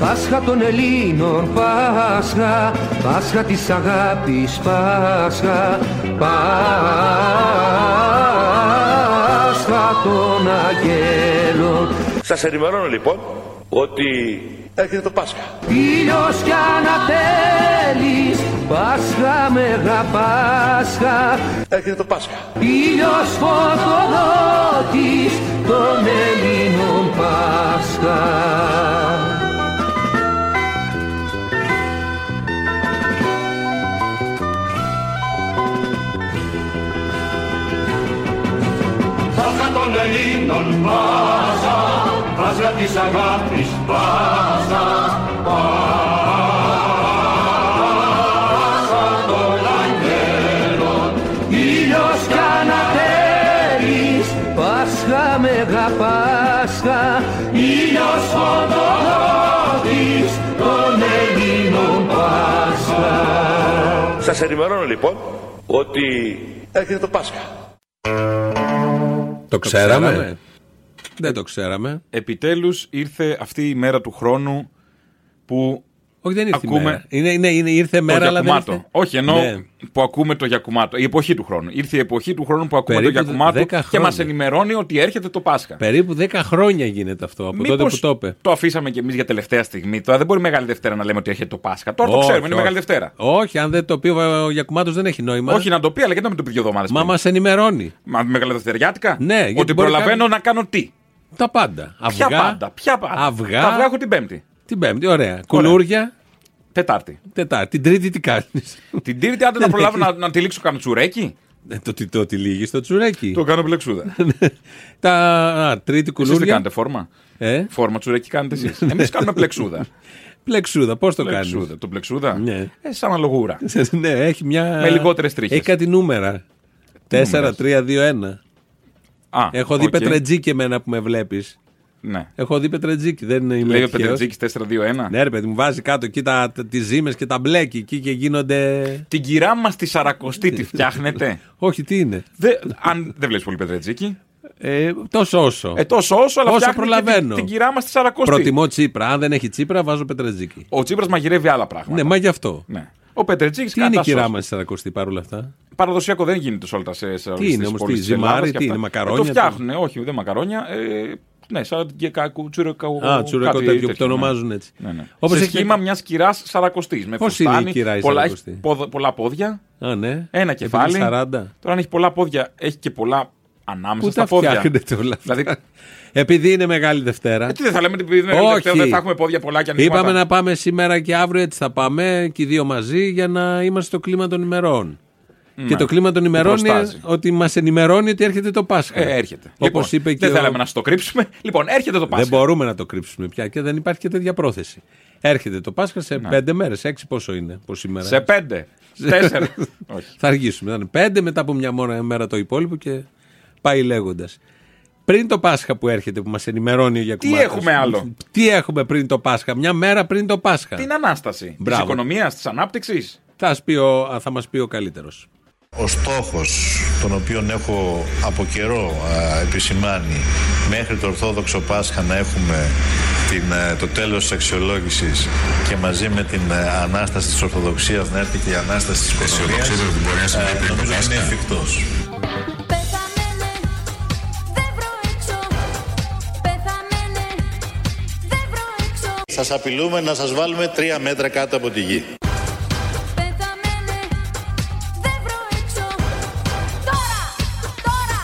Πάσχα των Ελλήνων, Πάσχα, Πάσχα της αγάπης, Πάσχα, Πάσχα των Αγγέλων. Σας ενημερώνω λοιπόν ότι έρχεται το Πάσχα. Ήλιος κι ανατέλης, Πάσχα μεγα Πάσχα, Έρχεται το Πάσχα. Ήλιος φωτοδότης των Ελλήνων Πάσχα. Πάσα των Ελλήνων, πάσα, πάσα της αγάπης, πάσα, πάσα των αγγέλων. Ήλιος κι ανατέλης, Πάσχα μεγα Πάσχα, Ήλιος φωτοδότης των Ελλήνων, πάσα. Σας ενημερώνω λοιπόν ότι έρχεται το Πάσχα. Το ξέραμε. Δεν το ξέραμε. Επιτέλους ήρθε αυτή η μέρα του χρόνου που Όχι, δεν ήρθε η Ακούμε. μέρα. Είναι, είναι, είναι, ήρθε μέρα, το αλλά δεν γιακουμάτο. ήρθε. Όχι, ενώ Ναι. που ακούμε το γιακουμάτο. Η εποχή του χρόνου. Ήρθε η εποχή του χρόνου που ακούμε Περίπου το γιακουμάτο δέκα και χρόνια. μα ενημερώνει ότι έρχεται το Πάσχα. Περίπου 10 χρόνια γίνεται αυτό από τότε που Μήπως το είπε. το αφήσαμε κι εμείς για τελευταία στιγμή. Τώρα δεν μπορεί Μεγάλη Δευτέρα να λέμε ότι έρχεται το Πάσχα. Τώρα το Όχι, ξέρουμε, είναι όχι. Μεγάλη Δευτέρα. Όχι, αν δεν το πει ο Γιακουμάτος δεν έχει νόημα. Όχι να το πει, αλλά γιατί να μην το πει δύο εβδομάδες. Μα μας ενημερώνει. Μα Μεγάλη Δευτεριάτικα. Ναι, γιατί ότι μπορεί προλαβαίνω κάποιος- να κάνω τι. Τα πάντα. Αυγά. Ποια πάντα. Ποια πάντα. Αυγά. Τα αυγά έχω την Πέμπτη. Την Πέμπτη, ωραία. Κουλούρια. Τετάρτη. Τετάρτη. Την Τρίτη τι κάνεις. Την Τρίτη, άντε να προλάβω να, να τυλίξω κάνω τσουρέκι. Ε, το τι το τυλίγει στο τσουρέκι. Το κάνω μπλεξούδα. Τα α, Τρίτη Εσείς δεν κουλούρια. κάνετε φόρμα. Ε, Φόρμα τσουρέκι κάνετε εσείς. Εμείς κάνουμε πλεξούδα. πλεξούδα, πώς το κάνεις. Πλεξούδα. Το πλεξούδα. Ναι. Ε, σαν αλογούρα. ναι, έχει μια. Με λιγότερες τρίχες. Έχει κάτι νούμερα. 4-3-2-1. Α, Έχω δει οκ. πετρετζίκι εμένα που με βλέπεις. Ναι. Έχω δει πετρετζίκι, δεν είμαι Λέει ο τυχαίος. Πετρετζίκη 4-2-1. Ναι, ρε παιδί μου, βάζει κάτω εκεί τα, τις ζύμες και τα μπλέκει εκεί και γίνονται. Την κυρά μας τη Σαρακοστή Ναι. τη φτιάχνετε. Όχι, τι είναι. Δε, αν δεν βλέπεις πολύ Πετρετζίκη. Ε, τόσο όσο. Ε, τόσο όσο, αλλά Όσο φτιάχνει και προλαβαίνω. την, την κυρά μας τη Σαρακοστή. Προτιμώ τσίπρα. Αν δεν έχει τσίπρα, βάζω πετρετζίκι. Ο Τσίπρας μαγειρεύει άλλα πράγματα. Ναι, μα γι' αυτό. Ναι. Ο Πετρετζίκης Τι είναι η κυρά μα Σαρακοστή παρόλα αυτά. Παραδοσιακό δεν γίνεται σε όλα τα σε, σε όλες είναι τις όμως, πόλεις τι, της Ελλάδας και ζυμάρι, τι αυτά. είναι, μακαρόνια, Ε, τι- το φτιάχνουν, όχι, δεν μακαρόνια. Ε, ναι, σαν και κάκου, τσουρεκαου. Α, τσουρεκό κάτι τέτοιο που το ναι. ονομάζουν έτσι. Ναι, ναι. Όπως σε έχει- σχήμα μιας κυράς σαρακοστής. Με Πώς είναι η φουστάνι, κυρά η πολλά, σαρακοστή? έχει πόδα- πολλά πόδια, Α, ναι. ένα Επειδή κεφάλι. 40. Τώρα αν έχει πολλά πόδια, έχει και πολλά ανάμεσα Πού στα τα πόδια. φτιάχνετε όλα αυτά. Δηλαδή, Επειδή είναι Μεγάλη Δευτέρα. ε, τι δεν θα λέμε την επειδή δεν είναι Όχι. Δευτέρα, δεν θα έχουμε πόδια πολλά και ανοίγματα. Είπαμε να πάμε σήμερα και αύριο, έτσι θα πάμε και οι δύο μαζί για να είμαστε στο κλίμα των ημερών. Και το κλίμα των ημερών είναι προστάζει. ότι μας ενημερώνει ότι έρχεται το Πάσχα. Ε, έρχεται. Όπως Λοιπόν, είπε και. δεν ο- θέλαμε να στο κρύψουμε. Λοιπόν, έρχεται το Πάσχα. Δεν μπορούμε να το κρύψουμε πια και δεν υπάρχει και τέτοια πρόθεση. Έρχεται το Πάσχα σε πέντε μέρες, έξι πόσο είναι από σήμερα. Ναι. Σε πέντε, τέσσερα. όχι. Θα αργήσουμε. Θα είναι πέντε, μετά από μια μόρα μέρα το υπόλοιπο και πάει λέγοντας. Πριν το Πάσχα που έρχεται, που μας ενημερώνει για Τι έχουμε άλλο? Τι έχουμε πριν το Πάσχα, μια μέρα πριν το Πάσχα. Την ανάσταση της Μπράβο. οικονομίας, της ανάπτυξης. Θα, ας πει ο- α, θα μας πει ο καλύτερος. Ο στόχος τον οποίον έχω από καιρό α, επισημάνει μέχρι το Ορθόδοξο Πάσχα να έχουμε την, ε, το τέλος της αξιολόγησης και μαζί με την ε, Ανάσταση της Ορθοδοξίας να έρθει και η Ανάσταση της Οικονομίας ε, νομίζω ότι είναι εφικτός. Πέθανε, ναι, δεν προέξω. Πέθανε, ναι, δεν προέξω. Σας απειλούμε να σας βάλουμε τρία μέτρα κάτω από τη γη. Πέθανε, ναι, δεν προέξω. Τώρα, τώρα, τώρα,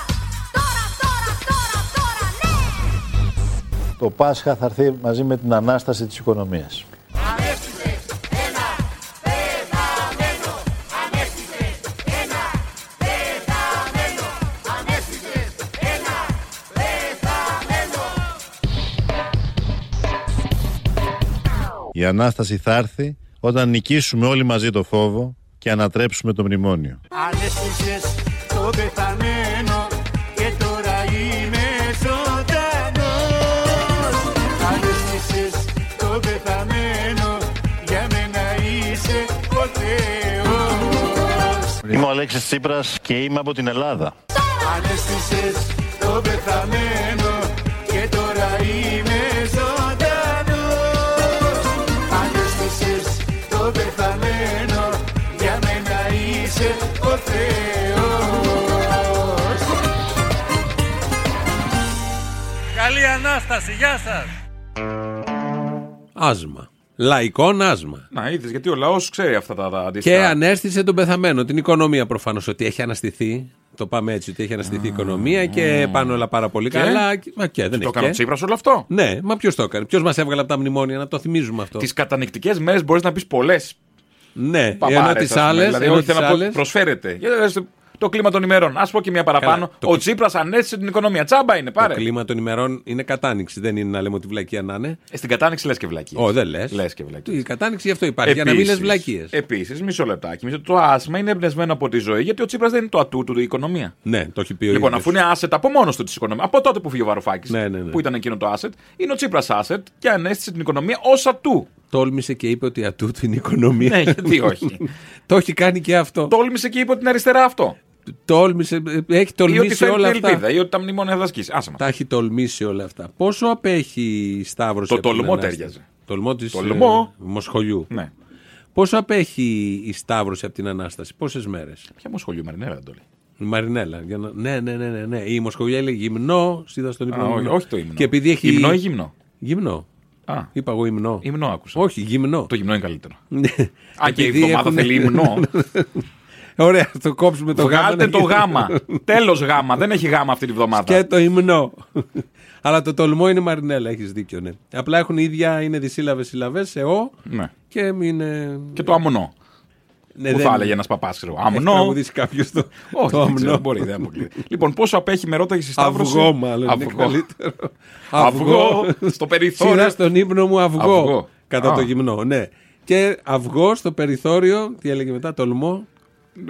τώρα, τώρα, τώρα, ναι! Το Πάσχα θα έρθει μαζί με την Ανάσταση της Οικονομίας. Η Ανάσταση θα έρθει όταν νικήσουμε όλοι μαζί το φόβο και ανατρέψουμε το μνημόνιο. Ανέστησες το πεθαμένο και τώρα είμαι ζωντανός. Ανέστησες το πεθαμένο για μένα είσαι ο Θεός. Είμαι ο Αλέξης Τσίπρας και είμαι από την Ελλάδα. Ανέστησες το πεθαμένο και τώρα είμαι ζωντανός. Ανάσταση, γεια σας. Άσμα. Λαϊκόν άσμα. Να είδες, γιατί ο λαός ξέρει αυτά τα αντίστοιχα. Και ανέστησε τον πεθαμένο, την οικονομία προφανώς. Ότι έχει αναστηθεί. Το πάμε έτσι, ότι έχει αναστηθεί η οικονομία και πάνε όλα πάρα πολύ καλά. Και- Μα και δεν Το έχει. έκανε ο Ναι, και. Τσίπρας όλο αυτό. Ναι, μα ποιος το έκανε. Ποιος μας έβγαλε από τα μνημόνια, να το θυμίζουμε αυτό. Τις κατανοητικέ μέρες μπορείς να πεις πολλές. Ναι, ενώ τι άλλες. Δηλαδή, εγώ ήθελα να πω, προσφέρεται. Για να δεις Το κλίμα των ημερών. Ας πω και μια παραπάνω. Καλά, το Ο κλι- Τσίπρας ανέστησε την οικονομία. Τσάμπα είναι, πάρε. Το κλίμα των ημερών είναι κατάνοιξη. Δεν είναι να λέμε ότι βλακία να είναι. Ε, Στην κατάνοιξη λες και βλακή. Ω, δεν λες. Λες και βλακίες. Ε, Η κατάνοιξη γι' αυτό υπάρχει. Για να μην λες βλακίες. Επίσης, μισό λεπτάκι. μισό- Το άσμα είναι εμπνευσμένο από τη ζωή γιατί ο Τσίπρας δεν είναι το ατού του η οικονομία. Ναι, το έχει πει ο Λοιπόν, ίδιος. αφού είναι asset από μόνος του της οικονομίας, από τότε που φύγει ο Βαρουφάκης, Ναι, ναι, ναι. που ήταν εκείνο το asset, είναι ο Τσίπρας asset και ανέστησε την οικονομία ως ατού. Τόλμησε και είπε ότι ατού του είναι η οικονομία. Ναι, γιατί όχι. το έχει κάνει και αυτό. Τόλμησε και είπε ότι είναι αριστερά αυτό. Τόλμησε. Έχει Ή ότι τολμήσει φέρνει την όλα αυτά. ελπίδα, ή ότι τα μνημόνια θα σκίσει. Άσε μας. Τα έχει τολμήσει όλα αυτά. Πόσο απέχει η Σταύρωση. Το από την τολμό Ανάσταση? τέριαζε. Τολμό της Τολμό. Μοσχολιού. Ναι. Πόσο απέχει η Σταύρωση από την Ανάσταση, πόσες μέρες. Ποια μου σχολείο Μαρινέρα δεν το λέει. Η Μαρινέλα. Για να... ναι, ναι, ναι, ναι, ναι. Η Μοσχολιά έλεγε γυμνό, είδα στον ύπνο. Α, μου όχι, γυμνό. όχι το ύμνο. Λοιπόν, Και επειδή έχει. Υμνό ή γυμνό. Γυμνό. Α, Είπα εγώ υμνό. υμνό άκουσα. Όχι, γυμνό. Το γυμνό είναι καλύτερο. Ναι. Α, και η Επειδή εβδομάδα έχουν- θέλει ύμνο. Ωραία, το κόψουμε ναι, το ναι. γάμα. Βγάλτε να το γίνει- γάμα. Τέλος γάμα. Δεν έχει γάμα αυτή τη βδομάδα. Και το υμνό. Αλλά το τολμό είναι Μαρινέλα, έχεις δίκιο, ναι. Απλά έχουν ίδια, είναι δυσύλλαβες συλλαβές, σε ο Ναι. και είναι. Και το αμνό. Ναι, που δεν- Ε, θα έλεγε ένας παπάς, ξέρω. Έχει Αμνό. τραγουδήσει κάποιος το, Όχι, το δεν ξέρω, αμνό. μπορεί, δεν αποκλείεται. λοιπόν, πόσο απέχει με ρώταγες η Σταύρωση. Αυγό, μάλλον. είναι Αυγό. καλύτερο. Αυγό, στο περιθώριο. Σειρά στον ύπνο μου αυγό. Αυγό. Κατά Α. το γυμνό, ναι. Και αυγό στο περιθώριο, τι έλεγε μετά, τολμώ.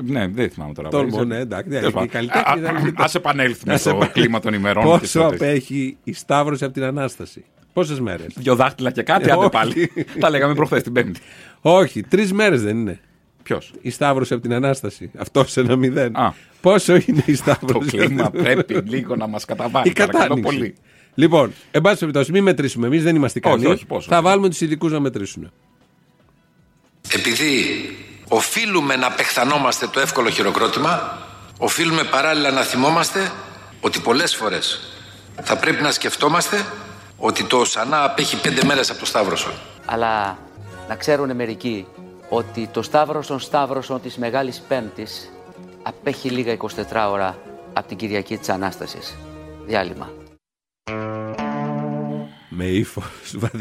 Ναι, δεν θυμάμαι τώρα. Τόλμο, Μπορείς, ναι, ε. εντάξει, Τέλος δεν πάντων. είναι και καλλιτέχνη, Α, δεν είναι και- Ας επανέλθουμε Ας Ναι, στο επανέλθουμε. κλίμα των ημερών. και Πόσο στο τέτοιο. απέχει η Σταύρωση από την Ανάσταση. Πόσες μέρες. Δυο δάχτυλα και κάτι, Ε, άντε όχι. πάλι. Τα λέγαμε προχθές την Πέμπτη. Όχι, τρεις μέρες δεν είναι. Ποιος. Η Σταύρωση από την Ανάσταση. Αυτό σε ένα μηδέν. Α. Πόσο είναι Το η Σταύρωση. κλίμα πρέπει λίγο να μας καταβάλει. Η παρακαλώ κατάνοιξη. πολύ. Λοιπόν, εν πάση περιπτώσει, μην μετρήσουμε. Εμείς δεν είμαστε Όχι, ικανοί. όχι, πόσο. Θα βάλουμε τους ειδικούς να μετρήσουν. Επειδή οφείλουμε να απεχθανόμαστε το εύκολο χειροκρότημα, οφείλουμε παράλληλα να θυμόμαστε ότι πολλές φορές θα πρέπει να σκεφτόμαστε ότι το Σανά απέχει πέντε μέρες από το Σταύρωσον. Αλλά να ξέρουν μερικοί ότι το Σταύρωσον Σταύρωσον της Μεγάλης Πέμπτης απέχει λίγα 24 ώρα από την Κυριακή της Ανάστασης. Διάλειμμα. Με ύφος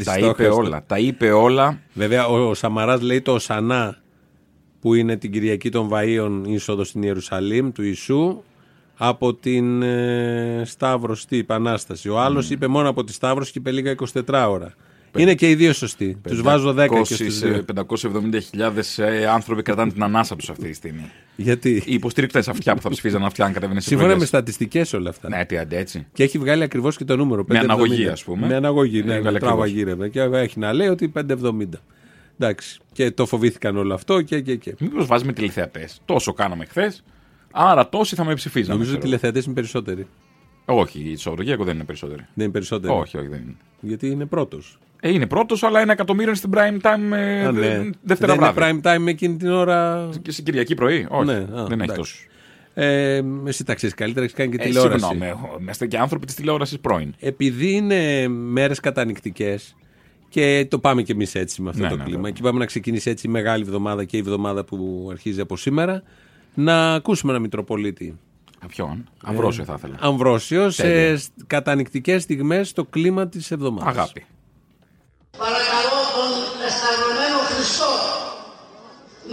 Τα είπε όλα. Τα είπε όλα. Βέβαια, ο, ο Σαμαράς λέει το Σανά που είναι την Κυριακή των Βαΐων είσοδος στην Ιερουσαλήμ του Ιησού από την ε, Σταύρωση, τι είπε, Ανάσταση. Ο άλλος είπε μόνο από τη Σταύρωση και είπε λίγα 24 ώρα. Είναι και οι δύο σωστοί. Τους βάζω 10 ε, και στους δύο. 570.000 ε, άνθρωποι κρατάνε την ανάσα τους αυτή τη στιγμή. Γιατί Οι υποστηρικτέ αυτιά που θα ψηφίζαν αυτιά αν κατέβαινε στις σύμφωνα με εκλογές. στατιστικές όλα αυτά. Ναι, τι άντε έτσι. Και έχει βγάλει ακριβώς και το νούμερο. Με 5,70. αναγωγή, ας πούμε. Με αναγωγή, ναι, Έβγαλε τράβα ακριβώς. γύρευε. Και έχει να λέει ότι 5,70. Εντάξει. Και το φοβήθηκαν όλο αυτό και και και. Μήπως βάζουμε τηλεθεατές. Τόσο κάναμε χθες. Άρα τόσοι θα με ψηφίζαν. Νομίζω ότι οι τηλεθεατές είναι περισσότεροι. Όχι, η Σοβρογέκο δεν είναι περισσότερη. Δεν είναι περισσότεροι. Όχι, όχι, δεν είναι. Γιατί είναι πρώτος. Ε, είναι πρώτος, αλλά ένα εκατομμύριο στην prime time ε, δε- Δευτέρα ναι. δεν βράδυ. είναι prime time εκείνη την ώρα. Και στην Κυριακή πρωί. Όχι, Ναι, α, δεν έχει εντάξει. τόσο. Ε, εσύ τα ξέρεις καλύτερα, έχεις κάνει και Ε, τηλεόραση. συγγνώμη, εγώ- είμαστε και άνθρωποι της τηλεόρασης πρώην. Επειδή είναι μέρες κατανοητικές και το πάμε κι εμείς έτσι με αυτό Ναι, το ναι, κλίμα. βέβαια. Και πάμε να ξεκινήσει έτσι η μεγάλη εβδομάδα και η εβδομάδα που αρχίζει από σήμερα. Να ακούσουμε ένα Μητροπολίτη. Α, Ε, Ποιον. Αμβρόσιο θα ήθελα. Αμβρόσιο σε Τέλεια. κατανοητικέ στιγμές στο κλίμα της εβδομάδας. Αγάπη. Παρακαλώ τον αισθανωμένο Χριστό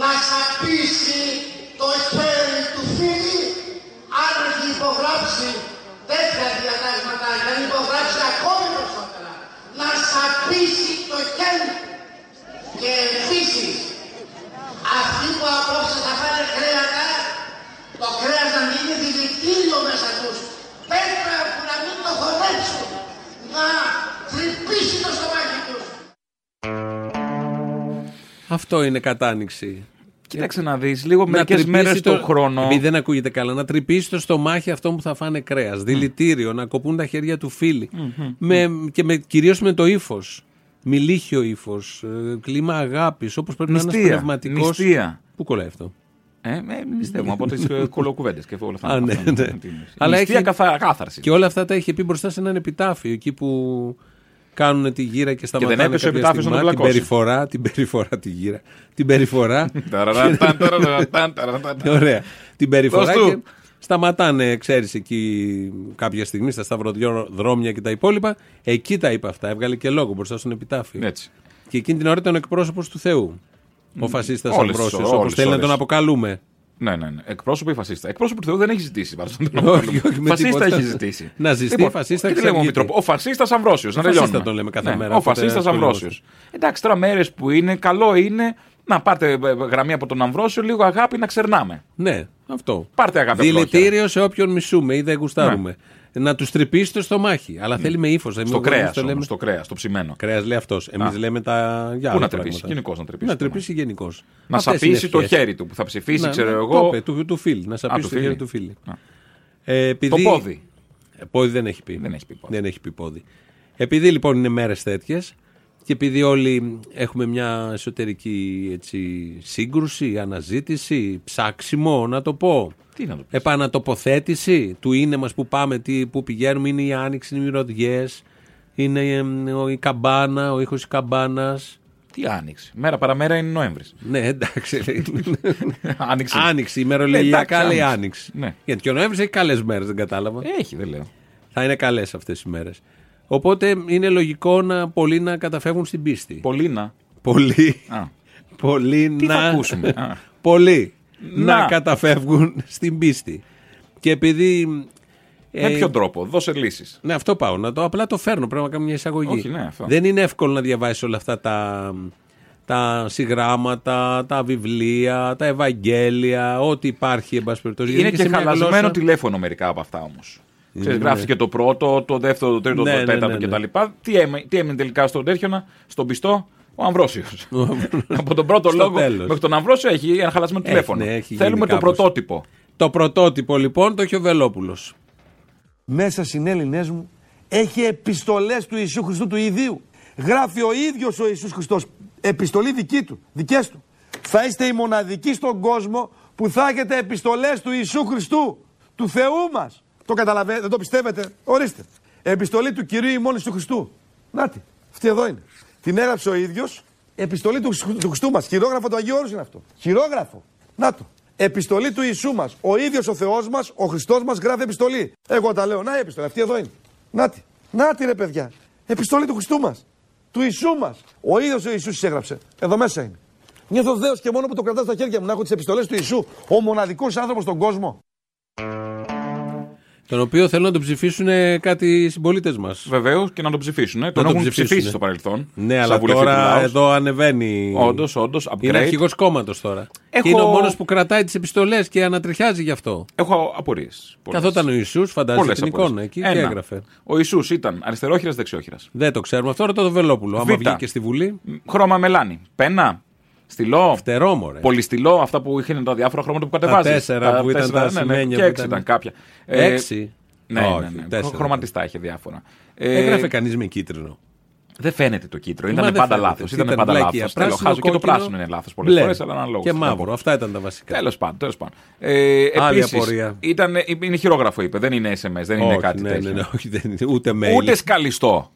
να ξαπίσει το χέρι του φίλη αν έχει υπογράψει τέτοια διατάγματα, να υπογράψει ακόμη περισσότερα, να ξαπίσει το χέρι του. Και επίσης, αυτοί που απόψε θα φάνε κρέατα, το κρέας να μην είναι δηλητήριο μέσα τους, πέτρα που να μην το χωνέψουν, να τρυπήσει το στομάχι τους. Αυτό είναι κατάνοιξη. Κοίταξε να δεις λίγο μερικές τρυπήσει μέρες το... χρόνο. Επειδή δεν ακούγεται καλά, να τρυπήσει το στομάχι αυτό που θα φάνε κρέας. Δηλητήριο, να κοπούν τα χέρια του φιλη Με, και με, κυρίως με το ύφος. Μιλίχιο ύφος, ε, κλίμα αγάπης, όπως πρέπει να είναι Νηστεία, πνευματικός. νηστεία. Πού κολλάει αυτό. Ε, ε, πιστεύουμε από τις κολοκουβέντες και όλα αυτά. Α, ναι, Αυτά είναι ναι. την- Αλλά η νηστεία έχει- καθα- κάθαρσης. Και όλα αυτά τα είχε πει μπροστά σε έναν επιτάφιο, εκεί που κάνουν τη γύρα και σταματάνε έπεσε ο κάποια επιτάφιος να στιγμή, τον την πλακώσει. περιφορά, την περιφορά, τη γύρα, την περιφορά, Ταραραταν, ταραραταν, ταραραταν. Ε, ωραία, την περιφορά Δώσ' του. και σταματάνε, ξέρεις, εκεί κάποια στιγμή στα σταυροδρόμια και τα υπόλοιπα, εκεί τα είπε αυτά, έβγαλε και λόγο μπροστά στον επιτάφιο. Έτσι. Και εκείνη την ώρα ήταν ο εκπρόσωπος του Θεού. Ο φασίστας όλες τις Αμβρόσιος, ώρες, όπως όλες θέλει να τις τον ώρες. αποκαλούμε. Ναι, ναι, ναι. Εκπρόσωπο ή φασίστα. Εκπρόσωπο του Θεού δεν έχει ζητήσει. βάρος τον τρόπο. Όχι, όχι, με φασίστα τίποτα. έχει ζητήσει. Να ζητεί Λοιπόν, φασίστα και τι λέμε, ο εξαργείται. Μητροπο- Ο φασίστας Αμβρόσιος. Να φασίστα τελειώνουμε. τον λέμε κάθε Ναι, μέρα, Ο οπότε φασίστας ασχολούμαστε. Αμβρόσιο. Εντάξει, τώρα μέρες που είναι, καλό είναι να πάρτε ε, ε, γραμμή από τον Αμβρόσιο, λίγο αγάπη να ξερνάμε. Ναι, αυτό. Πάρτε αγάπη από το Δηλητήριο σε όποιον μισούμε ή δεν γουστάρουμε. Να τους τρυπήσει το στομάχι. Αλλά θέλει με ύφος. Ναι. Στο κρέα, στο κρέας, στο ψημένο. Κρέας λέει αυτός. Εμείς λέμε τα για Πού άλλα να τρυπήσει, πράγματα. γενικώς να τρυπήσει. Να τρυπήσει γενικώς. Να σαπίσει το χέρι του που θα Ναι, ψηφίσει, ξέρω εγώ. του, του φίλη. Να σαπίσει του το φίλη. χέρι του φίλη. Α. Ε, Το επειδή- πόδι. Ε, πόδι δεν έχει πει. Δεν έχει πει πόδι. Δεν έχει πει πόδι. Επειδή λοιπόν είναι μέρες τέτοιες και επειδή όλοι έχουμε μια εσωτερική έτσι, σύγκρουση, αναζήτηση, ψάξιμο να το πω. Τι να το Ε, πεις. Επανατοποθέτηση του είναι μας που πάμε, τι, που πηγαίνουμε, είναι η άνοιξη, είναι οι μυρωδιές, είναι εμ, ο- η καμπάνα, ο ήχος της καμπάνας. Τι άνοιξε. Μέρα παραμέρα είναι Νοέμβρης. Ναι, εντάξει. λέει. Άνοιξε. άνοιξη, ημερολογιακά Ναι, Εντάξει, λέει άνοιξη. άνοιξη. Ναι. Ε. Γιατί και ο Νοέμβρης έχει καλές μέρες, δεν κατάλαβα. Έχει, δεν λέω. Θα είναι καλές αυτές οι μέρες. Οπότε είναι λογικό να πολλοί να καταφεύγουν στην πίστη. Πολύνα. Πολλοί. Α. Πολλοί Τι να. θα ακούσουμε. Α. Πολλοί να. Να. καταφεύγουν στην πίστη. Και επειδή. Με ε, ποιον τρόπο, δώσε λύσεις. Ναι, αυτό πάω. Να το, απλά το φέρνω. Πρέπει να κάνω μια εισαγωγή. Όχι, ναι, αυτό. Δεν είναι εύκολο να διαβάσεις όλα αυτά τα, τα συγγράμματα, τα βιβλία, τα Ευαγγέλια, ό,τι υπάρχει, εν πάση περιπτώσει. Είναι Γιατί και σε μια χαλασμένο γλώσσα- τηλέφωνο μερικά από αυτά όμως. ναι. Γράφτηκε το πρώτο, το δεύτερο, το τρίτο, Ναι, ναι, το τέταρτο ναι, ναι. κτλ. Τι, έμει- τι έμεινε τελικά στον τέτοιονα, στον πιστό, ο Αμβρόσιος. από τον πρώτο Στο λόγο τέλος. μέχρι τον Αμβρόσιο έχει ένα χαλασμένο Έχει, τηλέφωνο. ναι, έχει Θέλουμε γίνει το κάπως. πρωτότυπο. Το πρωτότυπο λοιπόν, το Χιοβελόπουλος. μέσα συνέλληνές μου έχει επιστολές του Ιησού Χριστού του Ιδίου. Γράφει ο ίδιος ο Ιησούς Χριστός επιστολή δική του, δικές του. Θα είστε οι μοναδικοί στον κόσμο που θα έχετε επιστολές του Ιησού Χριστού, του Θεού μας. Το καταλαβαίνετε, δεν το πιστεύετε, ορίστε. Επιστολή του Κυρίου ημών Ιησού Χριστού. Νάτι, αυτή εδώ είναι. Την έγραψε ο ίδιος, επιστολή του, Χριστού- του Χριστού μας. Χειρόγραφο του Αγίου Όρους είναι αυτό. Χειρόγραφο. Να το. Επιστολή του Ιησού μας. Ο ίδιος ο Θεός μας, ο Χριστός μας γράφει επιστολή. Εγώ τα λέω. Να η επιστολή, αυτή εδώ είναι. Να τη. Να τη ρε παιδιά. Επιστολή του Χριστού μας. Του Ιησού μας. Ο ίδιος ο Ιησούς τη έγραψε. Εδώ μέσα είναι. Νιώθω δέος και μόνο που το κρατάω στα χέρια μου να έχω τις επιστολές του Ιησού. Ο μοναδικός άνθρωπος στον κόσμο. Τον οποίο θέλουν να τον ψηφίσουν ε, κάτι συμπολίτες μας. Βεβαίως και να τον ψηφίσουν. ε. Τον, τον έχουν ψηφίσουνε. ψηφίσει στο παρελθόν. Ναι, αλλά τώρα εδώ ανεβαίνει. Όντως, όντως, upgrade. Είναι αρχηγός κόμματος τώρα. Έχω- Και είναι ο μόνος που κρατάει τις επιστολές και ανατριχιάζει γι' αυτό. Έχω απορίες. Καθόταν ο Ιησούς, φαντάζεσαι την εικόνα εκεί και έγραφε. Ο Ισού ήταν αριστερόχειρας, δεξιόχειρας. Δεν το ξέρουμε αυτό, ρωτώ το Βελόπουλο. Άμα Β. βγήκε στη Βουλή. Χρώμα μελάνι. Πένα. Στυλό. Φτερόμορε. Πολυστυλό. Αυτά που είχαν τα διάφορα χρώματα που κατεβάζεις. τέσσερα που ήταν τα σημαίνια ναι, Και που έξι ήταν. ήταν κάποια. Ε, Έξι. Ναι, ναι, Όχι, ναι, τέσσερα. Χρωματιστά είχε διάφορα. Ε, Έγραφε κανείς με κίτρινο. Δεν φαίνεται το κίτρο. Μα Ήταν δεν πάντα φαίνεται. λάθος. Ήταν Ήταν πάντα βλακεία. λάθο. Τέλο, Πράσινο, χάζω και το κόκκινο, πράσινο είναι λάθος πολλές μπλε. φορές, αλλά αναλόγω. Και μαύρο. Αυτά ήταν τα βασικά. Τέλος πάντων, τέλος πάντων. Ε, Άλλη επίσης, απορία. Ήταν, είναι χειρόγραφο, είπε. Δεν είναι SMS, δεν είναι Όχι, κάτι ναι, τέτοιο. ναι, ναι, όχι, δεν είναι ούτε mail. Ούτε σκαλιστό.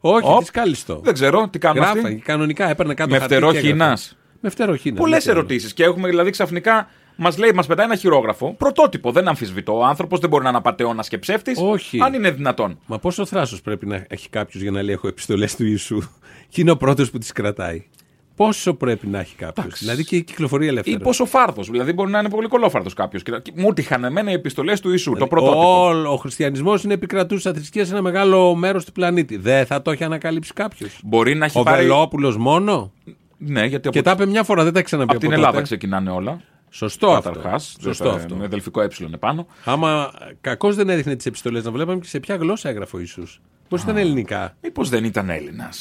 Όχι, Οπ. τη σκάλιστο. Δεν ξέρω τι κάνουν Γράφα, αυτοί. κανονικά έπαιρνε κάτω Με χαρτί φτερό και έγραφε. χοινάς. Με φτερό χινά. Πολλέ ερωτήσεις. Και έχουμε δηλαδή ξαφνικά. Μας λέει, μας πετάει ένα χειρόγραφο. Πρωτότυπο, δεν αμφισβητώ. Ο άνθρωπος δεν μπορεί να είναι απαταιώνας και ψεύτης. Όχι. Αν είναι δυνατόν. Μα πόσο θράσος πρέπει να έχει κάποιος για να λέει: Έχω επιστολές του Ιησού και είναι ο πρώτος που τις κρατάει. Πόσο πρέπει να έχει κάποιος. Δηλαδή και η κυκλοφορία Ή ελεύθερα. πόσο φάρδος. Δηλαδή μπορεί να είναι πολύ κολόφαρδος κάποιος. Μου τύχαν εμένα οι επιστολές του Ισού. Το πρωτότυπο. Όλο Δηλαδή, ο χριστιανισμός είναι επικρατούσα θρησκεία σε ένα μεγάλο μέρος του πλανήτη. Δεν θα το έχει ανακαλύψει κάποιος. Μπορεί να έχει Ο πάρει. Βελόπουλος μόνο. Ναι, γιατί από, Και τα είπε μια φορά, δεν τα έχει ξαναπεί. από την τότε. Ελλάδα ξεκινάνε όλα. Σωστό αυτό. Καταρχάς. Σωστό αυτό. Με δελφικό ε επάνω. Άμα κακώ δεν έδειχνε τις επιστολές να βλέπαμε και σε ποια γλώσσα έγραφε ο Ιησούς. Πώ ήταν ελληνικά. Μήπως δεν ήταν Έλληνας.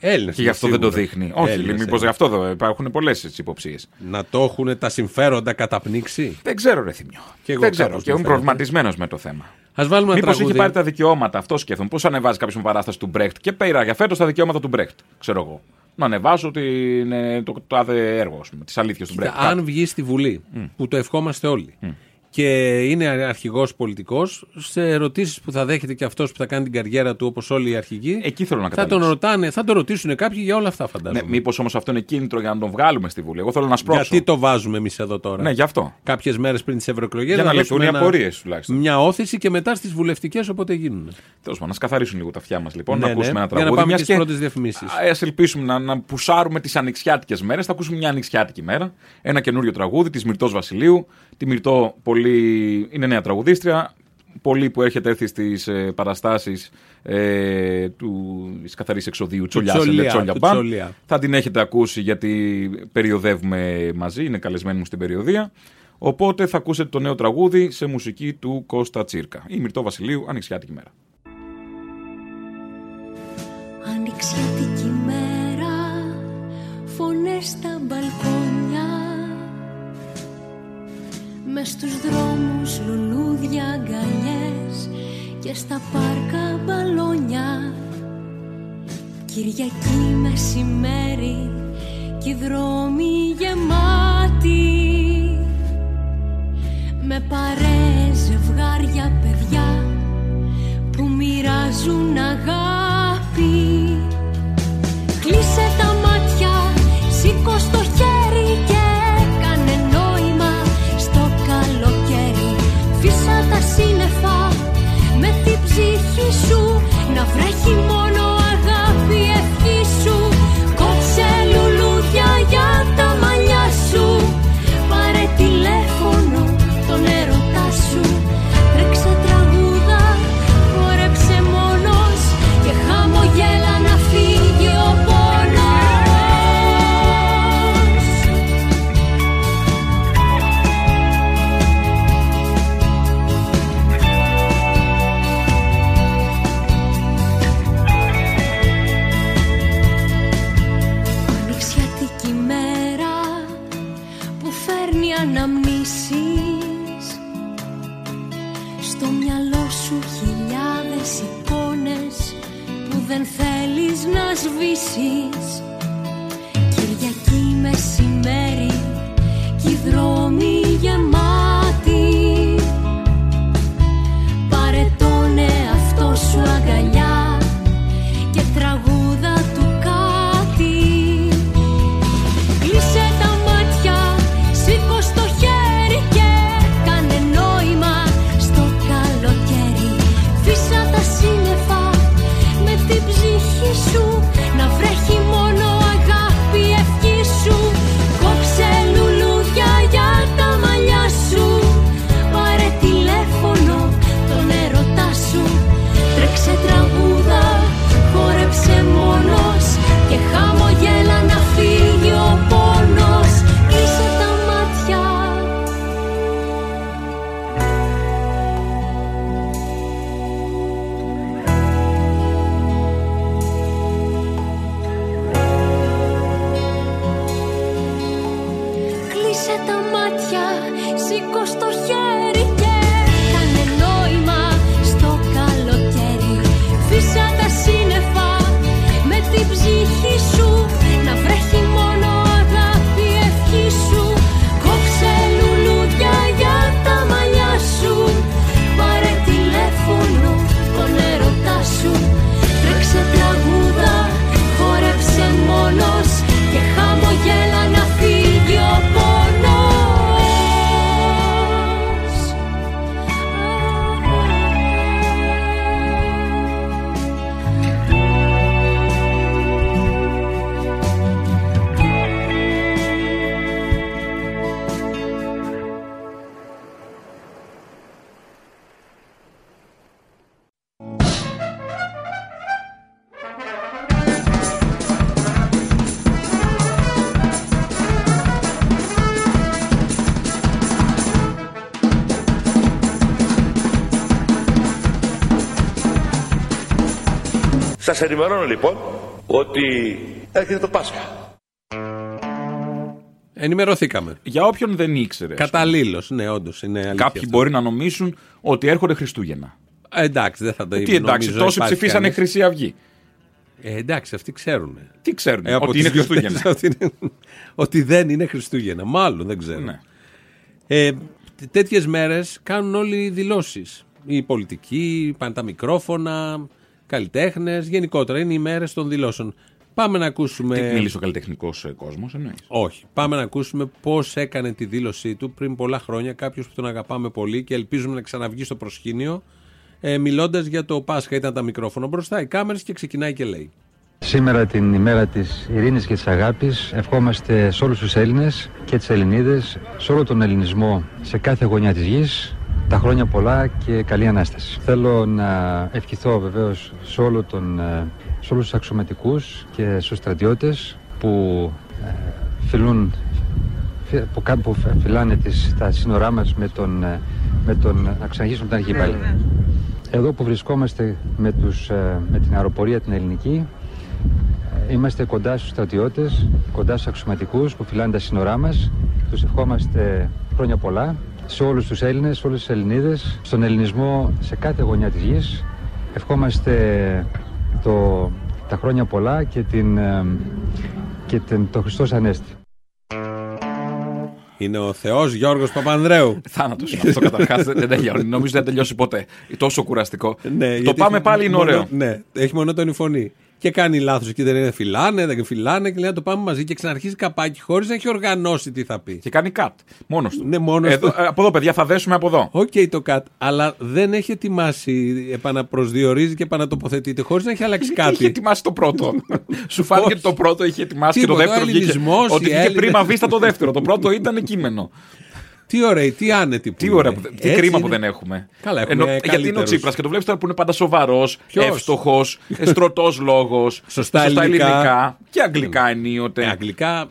Έλληνες. Και γι' αυτό δεν το δείχνει. Όχι, μήπω γι' αυτό εδώ υπάρχουν πολλές υποψίες. Να το έχουν τα συμφέροντα καταπνίξει. Δεν ξέρω, ρε Θημιό. εγώ δεν κάπως ξέρω. μου Και είμαι φαίνεται. προβληματισμένος με το θέμα. Ας βάλουμε ένα Μήπως τραγούδι. είχε πάρει τα δικαιώματα, αυτό σκέφτομαι. Πώς ανεβάζει κάποιος με παράσταση του Μπρέχτ και πέρα για φέτος τα δικαιώματα του Μπρέχτ, ξέρω εγώ. να ανεβάσω την, ε, το, το κάθε έργο, ας πούμε, τις αλήθειες του Μπρέκ. Αν βγεις στη Βουλή, που το ευχόμαστε όλοι, και είναι αρχηγός πολιτικός, σε ερωτήσεις που θα δέχεται και αυτός που θα κάνει την καριέρα του, όπως όλοι οι αρχηγοί. Εκεί θέλω να θα τον καταλήξω. ρωτάνε, θα τον ρωτήσουν κάποιοι για όλα αυτά, Ναι, φαντάζομαι. Μήπως όμως αυτό είναι κίνητρο για να τον βγάλουμε στη Βουλή. Εγώ θέλω να σπρώξω. Γιατί το βάζουμε εμείς εδώ τώρα. Ναι, γι' αυτό. Κάποιες μέρες πριν τις ευρωεκλογές. Για να λυθούν οι απορίες, τουλάχιστον. Μια όθηση και μετά στις βουλευτικές όποτε γίνουν. Τέλος πάντων, να σκαθαρίσουν λίγο τα αυτιά μας λοιπόν, Ναι, να ναι. ακούσουμε ένα Για να τραγούδι. πάμε μιας και στις πρώτες διαφημίσεις. Α ας ελπίσουμε να, να πουσάρουμε τις ανοιξιάτικες μέρες. Θα ακούσουμε μια ανοιξιάτικη μέρα. Ένα καινούριο τραγούδι της Μυρτός Βασιλείου. Τη Μυρτό πολύ... είναι νέα τραγουδίστρια. Πολύ που έρχεται έρθει στις ε, παραστάσεις ε, του καθαρής εξοδίου Τσολιάς Τσολιά, Ελε Τσόλια του Μπαμ. Τσολιά. Θα την έχετε ακούσει γιατί περιοδεύουμε μαζί, είναι καλεσμένοι μου στην περιοδία. Οπότε θα ακούσετε το νέο τραγούδι σε μουσική του Κώστα Τσίρκα. Η Μυρτό Βασιλείου, Ανοιξιάτικη μέρα. Ανοιξιάτικη μέρα, φωνές στα μπαλκόνια μες στους δρόμους λουλούδια αγκαλιές και στα πάρκα μπαλόνια Κυριακή μεσημέρι και οι δρόμοι γεμάτοι με παρέες, ζευγάρια, παιδιά που μοιράζουν αγάπη. Κλείσε τα μάτια, σήκω στο χέρι και έκανε νόημα στο καλοκαίρι. Φύσα τα σύννεφα με την ψυχή σου να βρέχει μόνο αγάπη ευχή σου. Κόψε λουλούδια για τα μαλλιά σου, πάρε τηλέφωνο τον ερωτά σου. Τρέξε τραγούδα, χόρεψε μόνος και χαμογέλα να φύγει ο πόνος. Ανοιξιάτικη μέρα που φέρνει αναμνήσεις Στο μυαλό σου χιλιάδες εικόνες που δεν θέλεις να σβήσεις Κυριακή μεσημέρι κι οι δρόμοι γεμάτοι Πάρε τον εαυτό σου αγκαλιά και τραγούδα του κάτι Κλείσε τα μάτια, σήκω στο χέρι και κάνε νόημα στο καλοκαίρι. Φύσα τα σύννεφα με την ψυχή σου να βρέχει μόνο αγάπη ευχή σου. Κόψε λουλούδια για τα μαλλιά σου, πάρε τηλέφωνο τον ερωτά σου. Τρέξε τραγούδα, χόρεψε μόνος και χαμογέλα να φύγει ο πόνος Κλείσε τα μάτια Κλείσε τα μάτια, σήκω στο χέρι και κάνε νόημα στο καλοκαίρι. Φύσα τα σύννεφα με την ψυχή σου. Να βρέχει μόνο αγάπη, ευχή σου. Κόψε λουλούδια για τα μαλλιά σου. Πάρε τηλέφωνο τον ερωτά σου. Τρέξε τραγούδα, χόρεψε μόνος και χαμογέλα να φύγει ο πόνος. Σας ενημερώνω λοιπόν ότι έρχεται το Πάσχα. Ενημερωθήκαμε. Για όποιον δεν ήξερε. ας Καταλήλως, ναι, όντως είναι αλήθεια. Κάποιοι αυτό. μπορεί να νομίσουν ότι έρχονται Χριστούγεννα. Ε, Εντάξει, δεν θα το Τι εντάξει, νομίζω, τόσοι υπάρχει ψηφίσανε κανείς. Χρυσή Αυγή. Ε, εντάξει, αυτοί ξέρουν. Τι ξέρουν, Ε, από ότι τις είναι γιορτές Χριστούγεννα. ότι, είναι- ότι δεν είναι Χριστούγεννα. Μάλλον δεν ξέρουν. Ναι. Ε, Τέτοιες μέρες κάνουν όλοι δηλώσει. Οι πολιτικοί, πάνε τα μικρόφωνα, καλλιτέχνες. Γενικότερα είναι οι μέρες των δηλώσεων. Πάμε να ακούσουμε. Τι μιλήσει ο ε, καλλιτεχνικό κόσμος, εννοείς. Όχι. Πάμε να ακούσουμε πώς έκανε τη δήλωσή του πριν πολλά χρόνια κάποιος που τον αγαπάμε πολύ και ελπίζουμε να ξαναβγεί στο προσκήνιο. Ε, Μιλώντας για το Πάσχα, ήταν τα μικρόφωνα μπροστά, οι κάμερες και ξεκινάει και λέει. Σήμερα την ημέρα της ειρήνης και της αγάπης ευχόμαστε σε όλους τους Έλληνες και τις Ελληνίδες, σε όλο τον ελληνισμό, σε κάθε γωνιά της γης, τα χρόνια πολλά και καλή Ανάσταση. Θέλω να ευχηθώ βεβαίως σε, όλο τον, ε, σε όλους τους αξιωματικούς και στους στρατιώτες που ε, φιλούν φυ- που, κά- που φε- φυλάνε τις, τα σύνορά μας με τον, ε, με τον, να ξαναρχίσουμε την αρχή πάλι. Εδώ που βρισκόμαστε με, τους, ε, με την αεροπορία την ελληνική, ε, Είμαστε κοντά στους στρατιώτες, κοντά στους αξιωματικούς που φυλάνε τα σύνορά μας. Τους ευχόμαστε χρόνια πολλά σε όλους τους Έλληνες, σε όλες τις Ελληνίδες, στον ελληνισμό σε κάθε γωνιά της γης. Ευχόμαστε το, τα χρόνια πολλά και, την, ε, και την, το Χριστός Ανέστη. Είναι ο Θεός Γιώργος Παπανδρέου. Θάνατο είναι αυτό καταρχάς. δεν τελειώνει. Νομίζω δεν τελειώσει ποτέ. Τόσο κουραστικό. Ναι, το γιατί πάμε έχει πάλι είναι μόνο- ωραίο. Ναι, έχει μονότονη φωνή. Και κάνει λάθος εκεί, δεν είναι φυλάνε, δεν φυλάνε και λέει να το πάμε μαζί και ξαναρχίζει καπάκι χωρίς να έχει οργανώσει τι θα πει. Και κάνει cut. Μόνος του. Ναι, μόνος Εδώ- του. ε, Από εδώ, παιδιά, θα δέσουμε από εδώ. Οκ το cut, αλλά δεν έχει ετοιμάσει, επαναπροσδιορίζει και επανατοποθετείται χωρίς να έχει αλλάξει Γιατί Είχε κάτι. ετοιμάσει το πρώτο. Σου φάνηκε ότι το πρώτο είχε ετοιμάσει και το Τίποτα, ο δεύτερο βγήκε. ελληνισμός, οι Ότι βγήκε Έλληνες. πρίμα βίστα το δεύτερο. Το πρώτο ήταν κείμενο. Τι ωραία, τι άνετη που Τι, είναι. ωραία, που δεν- τι Έτσι κρίμα είναι. που δεν έχουμε. Καλά, έχουμε γιατί είναι ο καλύτερους. Τσίπρας και το βλέπεις τώρα που είναι πάντα σοβαρός, Ποιος? εύστοχος, στρωτό λόγος. Σωστά ελληνικά. και αγγλικά ενίοτε. Ε, αγγλικά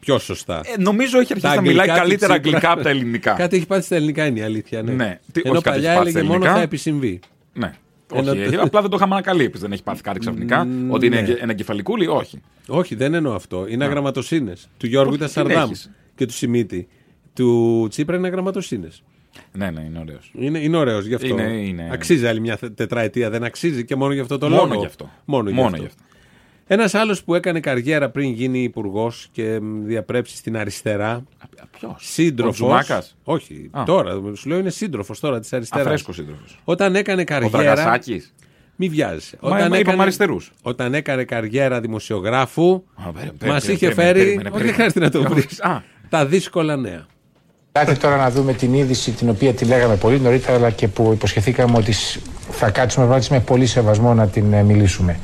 πιο σωστά. Ε, νομίζω έχει αρχίσει Τα να μιλάει αγγλικά του καλύτερα Τσίπρα. αγγλικά από τα ελληνικά. Κάτι έχει πάθει στα ελληνικά είναι η αλήθεια. Ναι. Ναι. Τι- Ενώ όχι, κάτι παλιά έχει πάθει στα έλεγε μόνο ελληνικά. θα επισυμβεί. Ναι. Ενώ Όχι, το- έχει- απλά δεν το είχαμε ανακαλύψει. Δεν έχει πάθει κάτι ξαφνικά. ότι ναι. είναι εγκε- ένα κεφαλικούλι, όχι. Όχι, δεν εννοώ αυτό. Είναι αγραμματοσύνες. Του Γιώργου Πώς ήταν την Σαρδάμ έχεις? και του Σιμίτη. Του Τσίπρα είναι αγραμματοσύνε. Ναι, ναι, είναι ωραίος. Είναι, είναι ωραίος γι' αυτό. Είναι- είναι. Αξίζει άλλη μια θε- τετραετία. Δεν αξίζει και μόνο γι' αυτό το Μόνο λόγο. γι' αυτό. Μόνο, γι' Μόνο αυτό. γι' αυτό. Ένας άλλος που έκανε καριέρα πριν γίνει υπουργός και μ, διαπρέψει στην αριστερά. Ποιος. Σύντροφος. Τζουμάκας? Όχι, Α. τώρα. Σου λέω είναι σύντροφος τώρα της αριστεράς. Αφρέσκος σύντροφος. Όταν έκανε Ο καριέρα. Δραγασάκης. Μη βιάζεσαι. Μα είπαμε αριστερούς. Όταν έκανε καριέρα δημοσιογράφου, Α, περίμενε, μα περίμενε, είχε περίμενε, φέρει. περίμενε, Όχι, δεν περίμενε. χρειάζεται να το βρεις. Α. Τα δύσκολα νέα. Κάτι τώρα να δούμε την είδηση την οποία τη λέγαμε πολύ νωρίτερα αλλά και που υποσχεθήκαμε ότι σ- θα κάτσουμε να με πολύ σεβασμό να την ε, μιλήσουμε.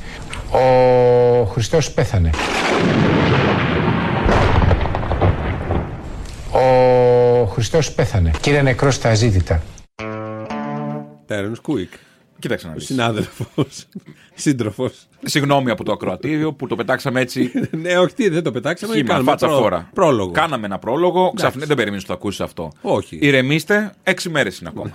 Ο Χριστός πέθανε. Ο Χριστός πέθανε. Κύριε νεκρός τα αζήτητα. Τέρεν Κουίκ. Κοίταξε να δεις. Συνάδελφος. Σύντροφος. Συγγνώμη από το ακροατήριο που το πετάξαμε έτσι. ναι, όχι, τι, δεν το πετάξαμε. Χήμα, κάνουμε φάτσα πρό- φόρα. Πρόλογο. Κάναμε ένα πρόλογο. Ξαφνικά δεν περίμενε να το ακούσεις αυτό. Όχι. Ναι. Ηρεμήστε, έξι μέρες είναι ακόμα.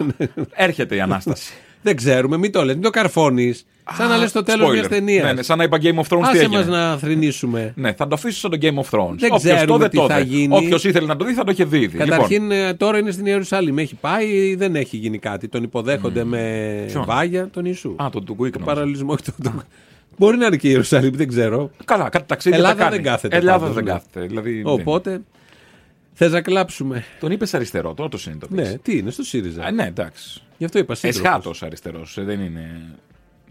Έρχεται η ανάσταση. Δεν ξέρουμε, μην το λες, μην το καρφώνεις. Σαν να λε το τέλος Spoiler. μιας ταινίας. Ναι, ναι, σαν να είπα Game of Thrones τι Άσε μα έγινε. να θρυνήσουμε. Ναι, θα το αφήσω σαν το Game of Thrones. Δεν Όποιος ξέρουμε το δε, τι το θα δε. γίνει. Όποιος ήθελε να το δει θα το είχε δει ήδη. Καταρχήν Λοιπόν, ε, τώρα είναι στην Ιερουσαλήμ. Έχει πάει, δεν έχει γίνει κάτι. Τον υποδέχονται με Ποιον? βάγια τον Ιησού. Α, τον του Quick νόμιζα. παραλυσμό. όχι τον- τον- Μπορεί να είναι και η Ιερουσαλήμ, δεν ξέρω. Καλά, κάτι ταξίδι Ελλάδα τα κάνει. δεν κάθεται Ελλάδα πάντως, δεν ναι. κάθεται. Δηλαδή, δεν- Οπότε θες να κλάψουμε. Τον είπες αριστερό, τώρα το συνειδητοποίησε. Ναι, τι είναι, στο ΣΥΡΙΖΑ. Α, ναι, εντάξει. Γι' αυτό είπα σύντροφος. Ναι. Εσχάτο αριστερό, δεν είναι.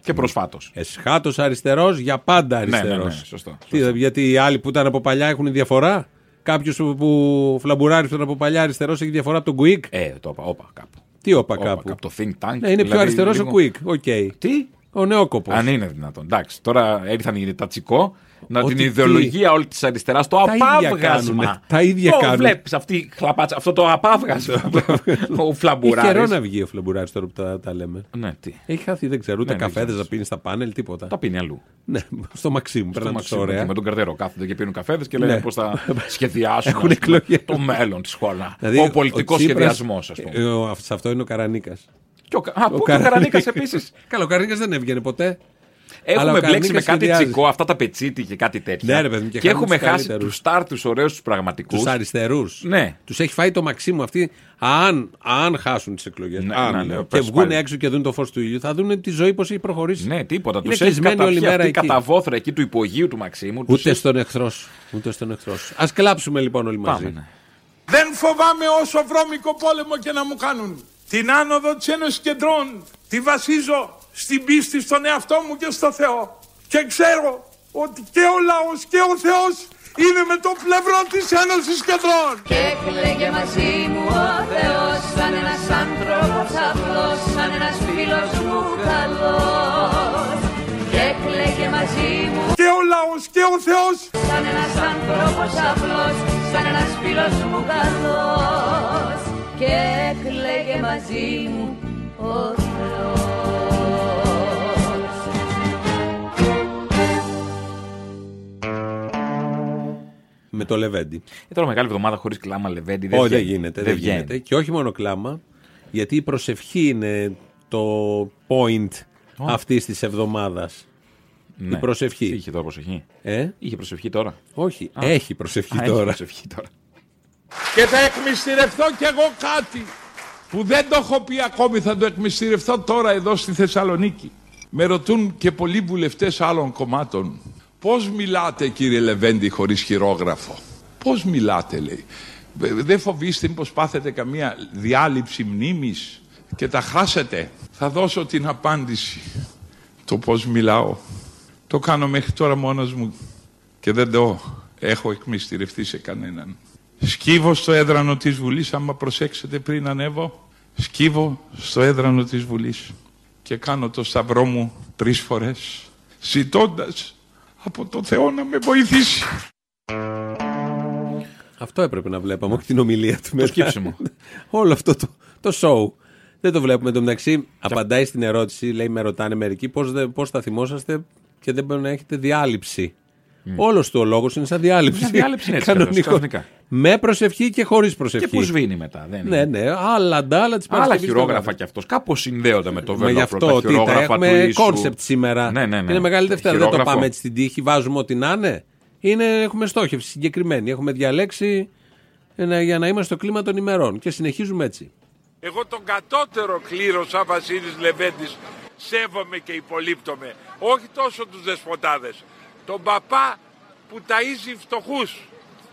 Και προσφάτω. Εσχάτο αριστερός για πάντα ναι, αριστερό. ναι, σωστό, Τι, σωστό. Γιατί οι άλλοι που ήταν από παλιά έχουν διαφορά. Κάποιος που φλαμπουράρει που ήταν από παλιά αριστερός έχει διαφορά από τον Κουίκ. Ε, το είπα, όπα κάπου. Τι όπα Όπα, κάπου. κάπου. Το think tank. Ναι, είναι πιο δηλαδή, αριστερός λίγο- ο Κουίκ. Οκ. Τι? Ο νεόκοπος. Αν είναι δυνατόν. Εντάξει, τώρα ήρθαν οι τατσικό να Ότι την τι? ιδεολογία όλη της αριστεράς, το Τα ίδια απάβγασμα. κάνουνε, τα ίδια το κάνουνε. Βλέπεις αυτή η χλαπάτσα, αυτό το απάβγασμα. ο Έχει καιρό φλαμπουράρης. να βγει ο φλαμπουράρης τώρα που τα, τα λέμε. Ναι, τι. Έχει χαθεί, δεν ξέρω. Ούτε Ναι, δεν καφέδες ξέρω. να πίνεις στα πάνελ, τίποτα. Τα πίνει αλλού. Ναι, στο Μαξίμου. Το Περνάμε Μαξίμου, ωραία. εκεί Με τον καρτερό κάθονται και πίνουν καφέδες και λένε Ναι. πώς θα σχεδιάσουν Έχουν ας πούμε, εκλογές. το μέλλον της χώρα. Δηλαδή, ο πολιτικός Τσίπρας, σχεδιασμός, ας πούμε. ε, ο- σε αυτό είναι ο Καρανίκας. Και ο, Κα- α, πού και ο Καρανίκας επίσης. Καλά, ο Καρανίκας δεν έβγαινε ποτέ. Έχουμε ο μπλέξει με Καρνίκας κάτι σχεδιάζει. τσικό, αυτά τα πετσίτη και κάτι τέτοια. Ναι, ρε παιδί μου, και χάνουμε έχουμε τους χάσει του καλύτερους. στάρ, του ωραίους, τους πραγματικούς. Τους αριστερούς. Ναι. Τους έχει φάει το μαξίμου αυτοί. Αν, αν χάσουν τις εκλογές. Ναι, αν, ναι, ναι, και πες βγουν πάλι. έξω και δουν το φως του ήλιου, θα δουν τη ζωή πώς έχει προχωρήσει. Ναι, τίποτα. Του Είναι έχει κλεισμένοι καταφύγει όλη μέρα αυτή η εκεί. καταβόθρα εκεί του υπογείου του Μαξίμου. τους Ούτε έχει- στον εχθρός σου. Ούτε στον εχθρός σου. Ας κλάψουμε λοιπόν όλοι μαζί. Πάμε, ναι. Δεν φοβάμαι όσο βρώμικο πόλεμο και να μου κάνουν. Την άνοδο της Ένωσης Κεντρών τη βασίζω στην πίστη στον εαυτό μου και στο Θεό. Και ξέρω ότι και ο λαός και ο Θεός είναι με το πλευρό της Ένωσης Κεντρών. Και εκλέγε μαζί μου ο Θεός Σαν ένας άνθρωπος απλός Σαν ένας φίλος μου καλός Και εκλέγε μαζί μου Και ο λαός και ο Θεός Σαν ένας άνθρωπος απλός Σαν ένας φίλος μου καλός Και εκλέγε μαζί μου ο Θεός Με το Λεβέντι. Ε, τώρα μεγάλη εβδομάδα χωρίς κλάμα λεβέντι. Όχι, δεν βγαίνει. γίνεται. Δεν βγαίνει. γίνεται. Και όχι μόνο κλάμα, γιατί η προσευχή είναι το point αυτής της εβδομάδας. Ναι. Η προσευχή. Είχε τώρα προσευχή. Ε, Είχε προσευχή τώρα. όχι, έχει προσευχή Α, έχει τώρα. προσευχή τώρα. Και θα εκμυστηρευτώ κι εγώ κάτι που δεν το έχω πει ακόμη, θα το εκμυστηρευτώ τώρα εδώ στη Θεσσαλονίκη. Με ρωτούν και πολλοί βουλευτές άλλων κομμάτων. Πώς μιλάτε κύριε Λεβέντη χωρίς χειρόγραφο. Πώς μιλάτε λέει. «Δε- Δεν φοβήστε μήπως πάθετε καμία διάλειψη μνήμης και τα χάσετε. Θα δώσω την απάντηση. Το πώς μιλάω. Το κάνω μέχρι τώρα μόνος μου και δεν το έχω εκμυστηρευτεί σε κανέναν. Σκύβω στο έδρανο της Βουλής, άμα προσέξετε πριν ανέβω, σκύβω στο έδρανο της Βουλής και κάνω το σταυρό μου τρεις φορές, ζητώντας από το Θεό να με βοηθήσει. Αυτό έπρεπε να βλέπαμε, όχι την ομιλία του. μετά. σκύψιμο. Όλο αυτό το, το show. Δεν το βλέπουμε. Εν τω μεταξύ, απαντάει στην ερώτηση, λέει: Με ρωτάνε μερικοί πώς πώς θα θυμόσαστε και δεν μπορεί να έχετε διάλειψη. Όλος του ο λόγος είναι σαν διάλειψη. Μια διάλειψη είναι έτσι, Κανονικό. βέβαια, κανονικά. Με προσευχή και χωρίς προσευχή. Και που σβήνει μετά. Δεν Ναι, είναι. ναι, άλλα ντάλα της Άλλα χειρόγραφα κι αυτός. Κάπως συνδέονται με το Μα γι' Βελόπουλο. τα αυτό τι τα χειρόγραφα του έχουμε Ιησού. κόνσεπτ σήμερα. Ναι, ναι, ναι. Είναι μεγάλη Δευτέρα. Δεν το Χειρόγραφο. πάμε έτσι στην τύχη. Βάζουμε ό,τι να είναι. είναι έχουμε στόχευση συγκεκριμένη. Έχουμε διαλέξει ε, να- για να είμαστε στο κλίμα των ημερών. Και συνεχίζουμε έτσι. Εγώ τον κατώτερο κλήρο σαν Βασίλης Λεβέντης σέβομαι και υπολείπτομαι. Όχι τόσο τους δεσποτάδες. Τον παπά που ταΐζει φτωχούς.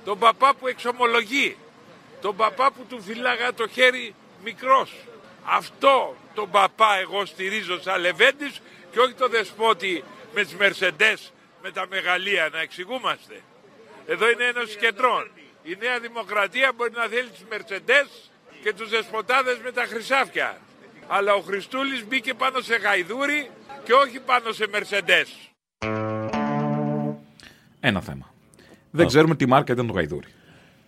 Τον παπά που εξομολογεί. Τον παπά που του φυλάγα το χέρι μικρός. Αυτό τον παπά εγώ στηρίζω σαν Λεβέντης και όχι το δεσπότη με τις Μερσεντές, με τα μεγαλεία να εξηγούμαστε. Εδώ είναι Ένωση Κεντρών. Η Νέα Δημοκρατία μπορεί να θέλει τους Μερσεντές και τους δεσποτάδες με τα χρυσάφια. Αλλά ο Χριστούλης μπήκε πάνω σε γαϊδούρι και όχι πάνω σε Μερσεντές. Ένα θέμα. Δεν ξέρουμε τι μάρκα ήταν το γαϊδούρι.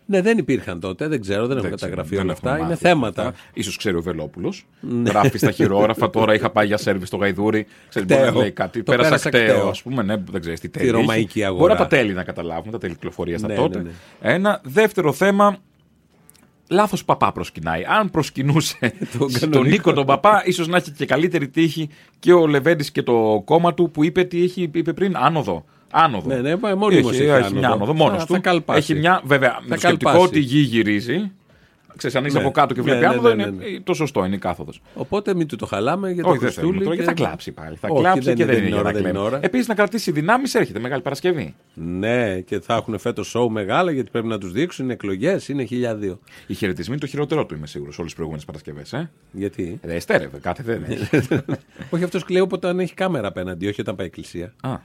Ναι, δεν υπήρχαν τότε. Δεν ξέρω, δεν έχουν Δεν καταγραφεί ξέρω, όλα δεν έχουμε αυτά. Είναι μάθει θέματα. Ναι. αυτά. Ίσως ξέρει ο Βελόπουλος. Γράφει στα χειρόγραφα. Τώρα είχα πάει για σερβις στο Γαϊδούρι. Ξέρεις, μπορεί να Κταίο. λέει κάτι. Το Πέρασα πέρασα κταίο, κταίο. ας πούμε. Ναι, δεν ξέρεις τι τέλη. είχε. ρωμαϊκή αγορά. Μπορεί από τα τέλη να καταλάβουμε, τα τέλη κυκλοφορίας τα Ναι, τότε. ναι, ναι. Ένα δεύτερο θέμα. Λάθος παπά προσκυνάει. Αν προσκυνούσε τον κανονικό. Νίκο τον παπά, ίσως να έχει και καλύτερη τύχη και ο Λεβέντης και το κόμμα του που είπε τι έχει είπε πριν, άνοδο. Άνοδο. Ναι, ναι, μόνιμος έχει, έχει έχει μια άνοδο. άνοδο μόνος Θα- του. θα καλπάσει. Έχει μια, βέβαια, με το σκεπτικό καλπάσει. ότι η γη γυρίζει, Ξέρεις, αν είσαι Ναι. από κάτω και Ναι, βλέπει ναι, άνοδο, ναι, ναι, είναι το σωστό, είναι η κάθοδος. Οπότε μην του το χαλάμε για το Όχι, δεν Χριστούλη. θέλουμε τώρα, και- γιατί θα κλάψει πάλι. Θα Όχι, κλάψει και δεν είναι για ώρα, να δεν είναι κλαίει. ώρα. Επίσης, να κρατήσει δυνάμεις, έρχεται Μεγάλη Παρασκευή. Ναι, και θα έχουν φέτος σοου μεγάλα γιατί πρέπει να τους δείξουν. Είναι εκλογές, είναι χιλιάδιο. Οι χαιρετισμοί είναι το χειρότερό του, είμαι σίγουρος, όλες τις προηγούμενες Παρασκευές. Ε? Γιατί. Ε, στέρευε, κάθε δεν έχει. όχι, αυτός κλαίει όταν έχει κάμερα απέναντι, όχι όταν πάει εκκλησία. Α,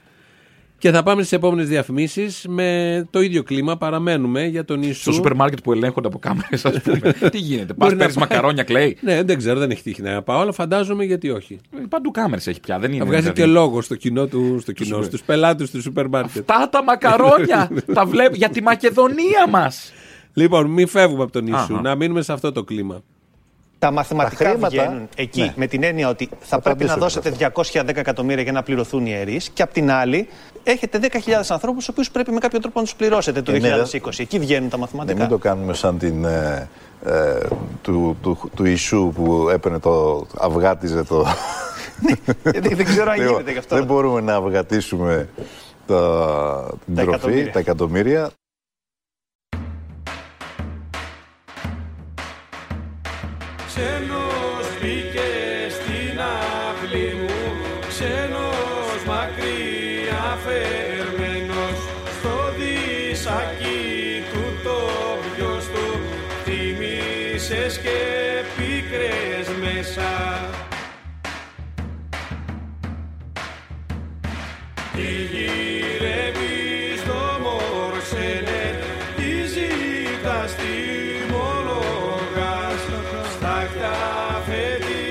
Και θα πάμε στις επόμενες διαφημίσεις με το ίδιο κλίμα. Παραμένουμε για τον Στο Ιησού. σούπερ μάρκετ που ελέγχονται από κάμερες, ας πούμε. Τι γίνεται, πα Μπορεί να παίρνεις πάει. μακαρόνια, κλαίει. Ναι, δεν ξέρω, δεν έχει τύχει να πάω, αλλά φαντάζομαι γιατί όχι. Ε, Παντού κάμερες έχει πια, δεν είναι. Θα βγάζει δηλαδή. και λόγο στο κοινό του, στο κοινό, σούπερ. στους πελάτες του σούπερ μάρκετ. Τα τα μακαρόνια τα βλέπω για τη Μακεδονία μας. Λοιπόν, μην φεύγουμε από τον Ιησού, Αχα. να μείνουμε σε αυτό το κλίμα. Τα μαθηματικά Ναι. βγαίνουν εκεί με την έννοια ότι θα, πρέπει να δώσετε 210 εκατομμύρια για να πληρωθούν οι ιερεί και απ' την άλλη έχετε 10.000 ανθρώπου, του οποίους πρέπει με κάποιο τρόπο να τους πληρώσετε Ε, το 2020. Εκεί βγαίνουν τα μαθηματικά. ναι, μην το κάνουμε σαν την ε, ε, του, του, του Ιησού που έπαιρνε το αυγάτιζε το, Δεν- δεν ξέρω αν Λοιπόν, γίνεται γι' αυτό. Δεν μπορούμε να αυγατήσουμε τα, την Τα τροφή, εκατομμύρια. τα εκατομμύρια. Ξένος μπήκε στην αυλή μου Ξένος μακριά φερμένος Στο δισάκι του το ποιος του Θύμησες και πίκρες μέσα Τι γυρεύεις το μόρξενε Τι ζητάς τη μονογάς Στα χταφέτη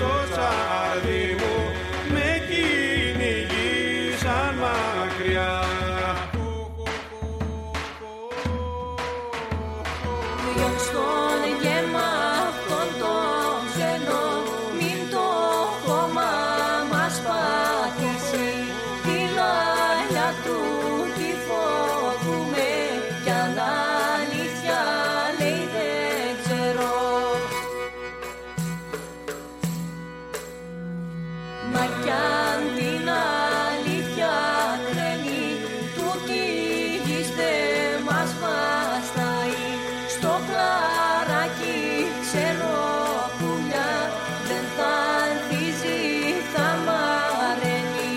το τσάρδι μου Με κυνηγήσαν μακριά Διώξτον γέμα αυτόν τον ξένο, μην το χώμα μας πατήσει. Τη λάλια του τη φοβούμε, κι αν αλήθεια λέει δεν ξέρω. Μα κι αν την αλήθεια κρέμει, του κυνηγής δεν μας βαστάει. Στο κλαράκι ξέρω πουλιά, δεν θα ανθίζει, θα μαραίνει.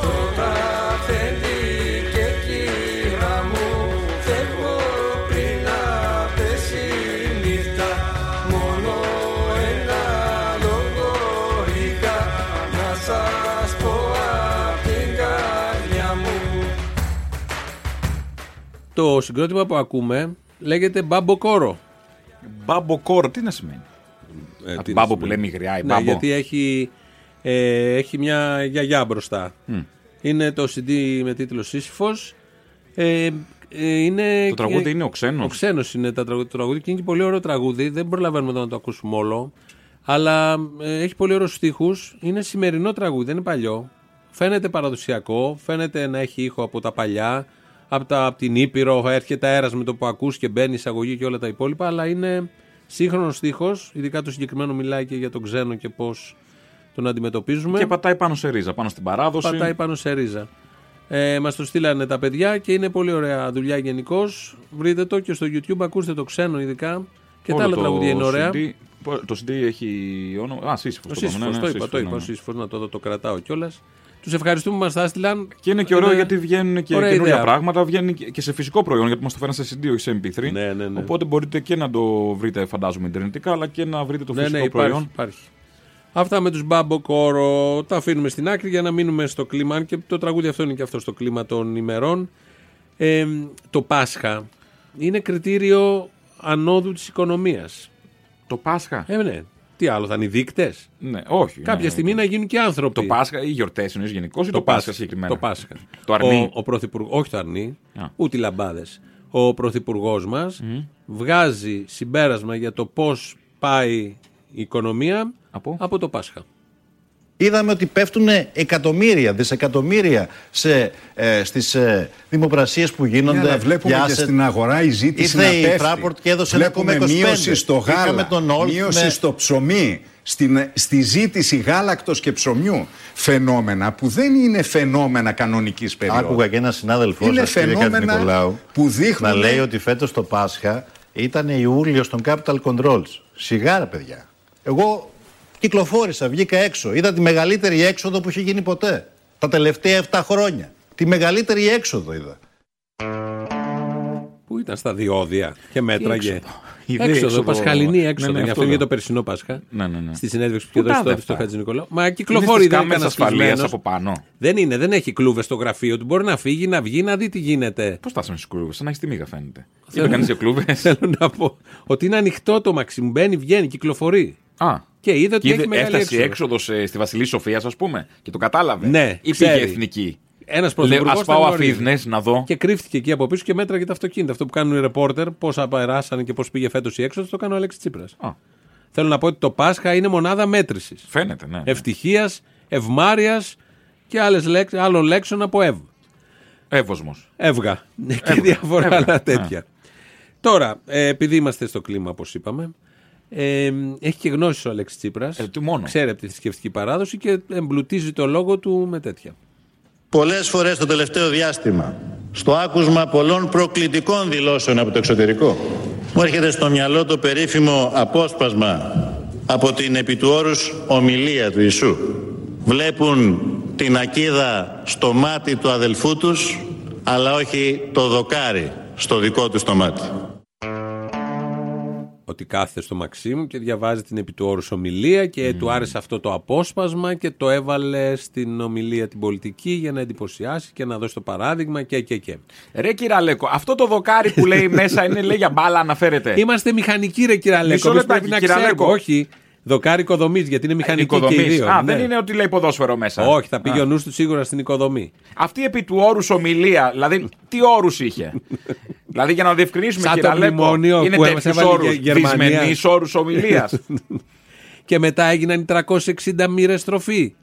Πρώτα φέντη και κύρα μου Φεύγω πριν να πέσει η νύχτα Μόνο ένα λόγο είχα Να σας πω απ' την καρδιά μου Το συγκρότημα που ακούμε λέγεται Μπαμποκόρο. Μπαμποκόρο, τι να σημαίνει. Ε, Από τι μπάμπο να που σημαίνει. λέμε γριά, η Ναι, μπάμπο. γιατί έχει, ε, έχει μια γιαγιά μπροστά. Είναι το CD με τίτλο Σύσυφος. Ε, ε, είναι Το τραγούδι είναι ο Ξένος. Ο Ξένος είναι τα τραγου- το τραγούδι και είναι και πολύ ωραίο τραγούδι. Δεν προλαβαίνουμε εδώ να το ακούσουμε όλο. Αλλά ε, έχει πολύ ωραίους στίχους. Είναι σημερινό τραγούδι, δεν είναι παλιό. Φαίνεται παραδοσιακό, φαίνεται να έχει ήχο από τα παλιά. Από, τα, από την Ήπειρο έρχεται αέρας με το που ακούς και μπαίνει εισαγωγή και όλα τα υπόλοιπα. Αλλά είναι σύγχρονος στίχος, ειδικά το συγκεκριμένο μιλάει και για τον ξένο και πώς τον αντιμετωπίζουμε. Και πατάει πάνω σε ρίζα, πάνω στην παράδοση. Πατάει πάνω σε ρίζα. Ε, Μας το στείλανε τα παιδιά και είναι πολύ ωραία δουλειά γενικώς. Βρείτε το και στο YouTube, ακούστε το ξένο ειδικά. Και Όλο τα άλλα το τραγούδια είναι ωραία. CD το CD έχει όνομα. Α, Σύσυφος. Ο είπαμε, Σύσφο, ναι, ναι, το είπα, Σύσυφος, το είπα. ναι. Ο Σύσφος, να το δω, το κρατάω κιόλας. Τους ευχαριστούμε που μας τα έστειλαν. Και είναι και ωραίο γιατί βγαίνουν και Ωραία καινούργια ιδέα. πράγματα. Βγαίνουν και και σε φυσικό προϊόν γιατί μας το φέραν σε CD, όχι σε MP3. Οπότε μπορείτε και να το βρείτε, φαντάζομαι, ιντερνετικά, αλλά και να βρείτε το Ναι, φυσικό ναι, υπάρχει, προϊόν. υπάρχει. Αυτά με τους Μπάμπο Κόρο τα αφήνουμε στην άκρη για να μείνουμε στο κλίμα. Αν και το τραγούδι αυτό είναι και αυτό στο κλίμα των ημερών. Ε, το Πάσχα είναι κριτήριο ανόδου της οικονομίας. Το Πάσχα. Ε, ναι. Τι άλλο, θα είναι οι δείκτες. Ναι, όχι. Κάποια ναι. στιγμή να γίνουν και άνθρωποι. Το Πάσχα, οι γιορτές είναι γενικώς ή το, Πάσχα συγκεκριμένα. Το Πάσχα. Το αρνί. Ο, ο πρωθυπουργό, όχι το αρνί, Α. ούτε οι λαμπάδες. Ο πρωθυπουργός μας βγάζει συμπέρασμα για το πώς πάει η οικονομία από, το Πάσχα. Είδαμε ότι πέφτουν εκατομμύρια, δισεκατομμύρια σε, ε, στις ε, δημοπρασίες που γίνονται. Ναι, αλλά βλέπουμε για και asset. στην αγορά η ζήτηση Ήρθε να η πέφτει. Fraport και έδωσε βλέπουμε 1,25. μείωση στο Είχαμε γάλα, τον ναι. Old μείωση με- στο ψωμί, στην, στη ζήτηση γάλακτος και ψωμιού. Φαινόμενα που δεν είναι φαινόμενα κανονικής περίοδου. Άκουγα και ένα συνάδελφό Είναι σας, κύριε φαινόμενα Κατσικολάου, που δείχνουν- να λέει ότι φέτος το Πάσχα ήταν Ιούλιο των Capital Controls. Σιγά, ρε παιδιά. Εγώ κυκλοφόρησα, βγήκα έξω. Είδα τη μεγαλύτερη έξοδο που είχε γίνει ποτέ. Τα τελευταία 7 χρόνια. Τη μεγαλύτερη έξοδο είδα. Που ήταν στα διόδια και μέτραγε. έξοδο. Έξοδο, Είδε έξοδο. Πασχαλινή έξοδο. Ναι, ναι, γι' αυτό αυτό είναι για εδώ. το περσινό Πάσχα. Ναι, ναι, ναι. Στη συνέντευξη που Πού είχε δώσει τα τότε είδε στο αυτά? Χατζη Νικολάου. Μα Είναι κυκλοφορεί στις δεν κάμερες κανένας ασφαλείας κλεισμένος. από πάνω. Δεν είναι, δεν έχει κλούβες στο γραφείο του. Μπορεί να φύγει, να βγει, να δει τι γίνεται. Πώς φτάσαμε στου κλούβες, σαν να έχεις τη μίγα φαίνεται. Θέλω- Είπε κανείς για κλούβες. Θέλω να πω ότι είναι ανοιχτό το Μαξιμ. Μπαίνει, βγαίνει, κυκλοφορεί. Α. Και είδε ότι Και είδε, έχει μεγάλη έφτασε έξοδος. έξοδος στη Βασιλή Σοφίας, ας πούμε, και το κατάλαβε. Ναι, Ή πήγε ξέρει. εθνική. Ένας Λέω, πρωθυπουργός. ας πάω αφίδνες να δω. Και κρύφτηκε εκεί από πίσω και μέτραγε τα αυτοκίνητα. Αυτό που κάνουν οι ρεπόρτερ, πόσα περάσανε και πώς πήγε φέτος η έξοδος, το κάνει ο Αλέξης Τσίπρας. Θέλω να πω ότι το Πάσχα είναι μονάδα μέτρησης. Φαίνεται, ναι. Ευτυχία, ευμάρεια και άλλες λέξ- άλλων λέξεων από ευ. Εύωσμος. Εύγα. Ναι, και διάφορα Εύγα. άλλα Α. τέτοια. Τώρα, ε, επειδή είμαστε στο κλίμα, όπως είπαμε, Ε, έχει και γνώσει ο Αλέξης Τσίπρας. Ε, Ξέρει από τη θρησκευτική παράδοση και εμπλουτίζει το λόγο του με τέτοια. Πολλές φορές το τελευταίο διάστημα, στο άκουσμα πολλών προκλητικών δηλώσεων από το εξωτερικό, μου έρχεται στο μυαλό το περίφημο απόσπασμα από την επί του όρους ομιλία του Ιησού. Βλέπουν την ακίδα στο μάτι του αδελφού τους, αλλά όχι το δοκάρι στο δικό τους το μάτι. Ότι κάθεται στο Μαξίμου και διαβάζει την επί του όρους ομιλία και Mm. του άρεσε αυτό το απόσπασμα και το έβαλε στην ομιλία την πολιτική για να εντυπωσιάσει και να δώσει το παράδειγμα και και και. Ρε κυραλέκο, αυτό το δοκάρι που λέει μέσα είναι λέει για μπάλα αναφέρεται. Είμαστε μηχανικοί ρε κυραλέκο, Ε. Μισό εμείς λεπτάκι, πρέπει να κυραλέκο. Ε, ξέρουμε. Όχι, δοκάρι οικοδομής γιατί είναι μηχανική και οι Οικοδομής. δύο. Α, ναι. δεν είναι ότι λέει ποδόσφαιρο μέσα. Όχι, θα πήγε Α. ο νους του σίγουρα στην οικοδομή. Αυτή επί του όρους ομιλία, δηλαδή τι όρους είχε. δηλαδή για να διευκρινίσουμε, Σαν το κυραλέκο, μνημόνιο είναι που μας τέτοιους έβαλε όρους. η Γερμανία. Δυσμενείς όρους ομιλίας. Και μετά έγιναν οι 360 μοίρες στροφή.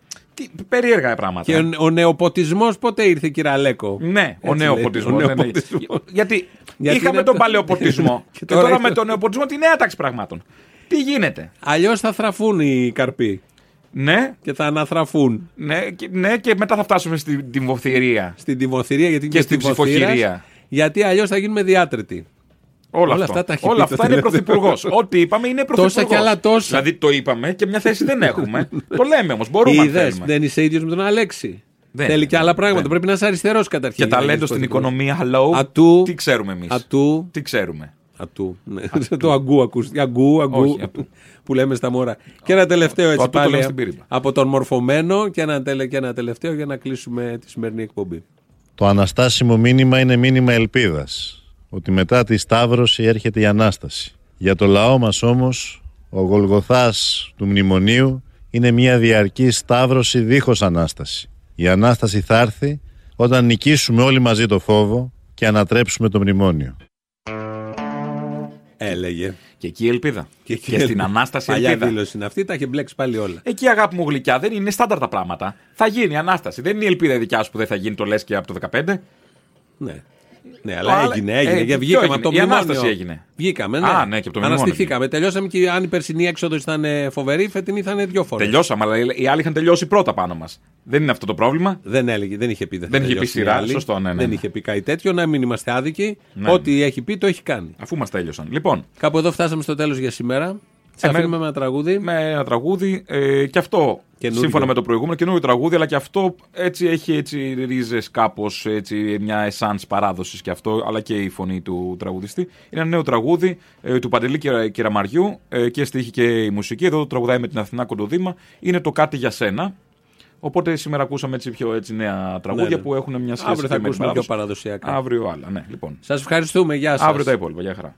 Περίεργα πράγματα. Και ο, ο νεοποτισμός πότε ήρθε, κυραλέκο. Ναι, ο Έτσι λέει, νεοποτισμός. ο νεοποτισμός. Γιατί, Γιατί είχαμε είναι τον αυτό. παλαιοποτισμό και τώρα τώρα, είναι- με τον νεοποτισμό τη νέα τάξη πραγμάτων. Τι γίνεται. Αλλιώς θα θραφούν οι καρποί. Ναι. Και θα αναθραφούν. Ναι και, ναι, και μετά θα φτάσουμε στην τιμοθυρία. Στην τιμοθυρία, γιατί είναι Και στην τιμοθύρας, ψηφοχυρία. Γιατί αλλιώς θα γίνουμε διάτρετοι. Όλα, Όλα αυτό. αυτά τα έχει πει Όλα το αυτά είναι τελευταίο. πρωθυπουργός. Ό,τι είπαμε είναι Τόσα πρωθυπουργό. κι άλλα τόσα. Δηλαδή το είπαμε και μια θέση δεν έχουμε. το λέμε όμως. Μπορούμε να Είδες, θέλουμε. δεν είσαι ίδιος με τον Αλέξη. Δεν Θέλει είναι. και άλλα πράγματα. Πρέπει να είσαι αριστερό Και καταρχήν. για να ταλέντο γίνεις στην πρωθυπουργός. οικονομία, hello. Ατού. Τι ξέρουμε εμείς. Ατού. Τι ξέρουμε. Ατού. ναι. το αγκού ακούστηκε. Αγκού, αγκού. Όχι, ατού. που λέμε στα μωρά. Και ένα τελευταίο το έτσι ατού το λέμε πάλι. ε, στην πύρυπα. από τον μορφωμένο και ένα, τελε- και ένα τελευταίο για να κλείσουμε τη σημερινή εκπομπή. Το αναστάσιμο μήνυμα είναι μήνυμα ελπίδας, ότι μετά τη Σταύρωση έρχεται η Ανάσταση. Για το λαό μας όμως, ο Γολγοθάς του Μνημονίου είναι μια διαρκή Σταύρωση δίχως Ανάσταση. Η Ανάσταση θα έρθει όταν νικήσουμε όλοι μαζί το φόβο και ανατρέψουμε το Μνημόνιο. Έλεγε. Και εκεί η ελπίδα. Και, εκεί στην έλεγε. ανάσταση η Παλιά ελπίδα. δήλωση είναι αυτή, τα έχει μπλέξει πάλι όλα. Εκεί αγάπη μου γλυκιά δεν είναι στάνταρ τα πράγματα. Θα γίνει η ανάσταση. Δεν είναι η ελπίδα η δικιά σου που δεν θα γίνει το λες και από το 15. Ναι. Ναι, αλλά έγινε, έγινε. Ε, και ποιο βγήκαμε έγινε? από το Η μνημόνιο. ανάσταση έγινε. Βγήκαμε, ναι. Α, ναι, και από το μνημόνιο Αναστηθήκαμε. Τελειώσαμε και αν η περσινή έξοδος ήταν ε, φοβερή, η φετινή ήταν δύο φορές. Τελειώσαμε, αλλά οι άλλοι είχαν τελειώσει πρώτα πάνω μας. Δεν είναι αυτό το πρόβλημα. Δεν έλεγε, δεν είχε πει. θα Δεν είχε πει τελειώσει η σειρά, άλλη. σωστό, ναι, ναι, Δεν ναι. είχε πει κάτι τέτοιο, να μην είμαστε άδικοι. Ναι. Ό,τι έχει πει το έχει κάνει. Αφού μας τέλειωσαν. Λοιπόν, Κάπου εδώ φτάσαμε στο τέλος για σήμερα. Ε, Σε με- αφήνουμε με ένα τραγούδι. με ένα τραγούδι ε, και αυτό. Καινούριο. Σύμφωνα με το προηγούμενο καινούριο τραγούδι, αλλά και αυτό έτσι έχει έτσι ρίζες κάπως, έτσι μια εσάνς παράδοσης και αυτό, αλλά και η φωνή του τραγουδιστή. Είναι ένα νέο τραγούδι ε, του Παντελή Κυρα- Κεραμαριού ε, και στίχη και η μουσική. Εδώ το τραγουδάει με την Αθηνά Κοντοδήμα. Είναι το κάτι για σένα. Οπότε σήμερα ακούσαμε έτσι πιο έτσι νέα τραγούδια Ναι, ναι. που έχουν μια σχέση Αύριο θα και με την ακούσουμε πιο παράδοση. παραδοσιακά. Αύριο άλλα, ναι, λοιπόν. Σας ευχαριστούμε. Γεια σας. Αύριο τα υπόλοιπα, για χαρά.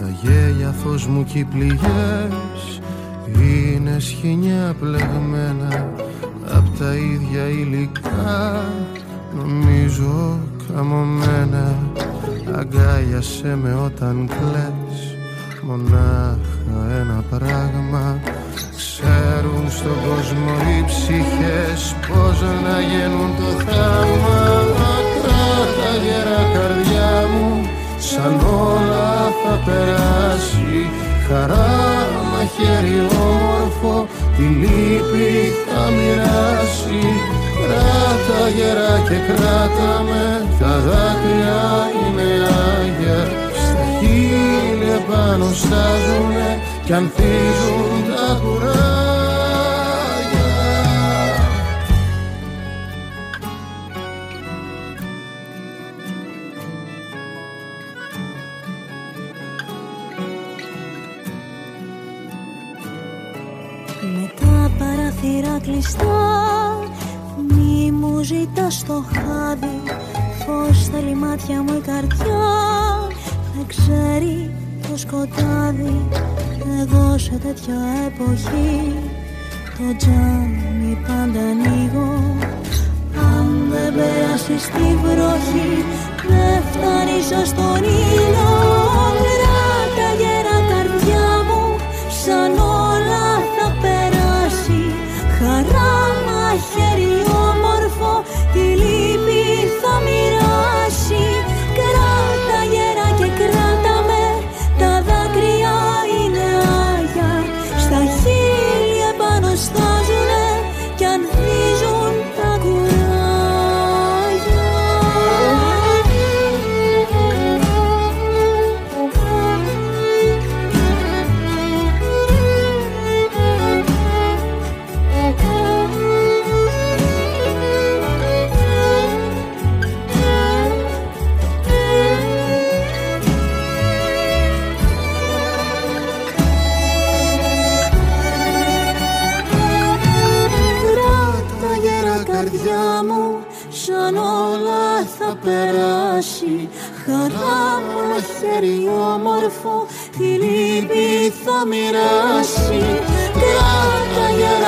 Τα γέλια φως μου κι οι πληγές Είναι σχοινιά πλεγμένα Απ' τα ίδια υλικά Νομίζω καμωμένα Αγκάλιασέ με όταν κλαις Μονάχα ένα πράγμα Ξέρουν στον κόσμο οι ψυχές Πώς να γίνουν το θαύμα Κράτα γερά καρδιά μου Σαν όλα θα περάσει Χαρά μαχαίρι όμορφο Τη λύπη θα μοιράσει Κράτα γερά και κράτα με Τα δάκρυα είναι άγια Στα χείλη επάνω στάζουνε Κι ανθίζουν τα κουράγια Με τα παραθύρα κλειστά Μη μου ζητάς το χάδι Φως στα λιμάτια μου η καρδιά Δεν ξέρει το σκοτάδι Εγώ σε τέτοια εποχή Το τζάμι πάντα ανοίγω Αν δεν περάσεις τη βροχή Δεν φτάνεις στον ήλιο Κράτα γερά καρδιά μου Σαν όλα θα περάσει Χαρά μαχαίρι όμορφο Τη λύπη θα μοιράσει όλα θα περάσει Χαρά μου ένα χέρι όμορφο Τη λύπη θα μοιράσει Κράτα γερά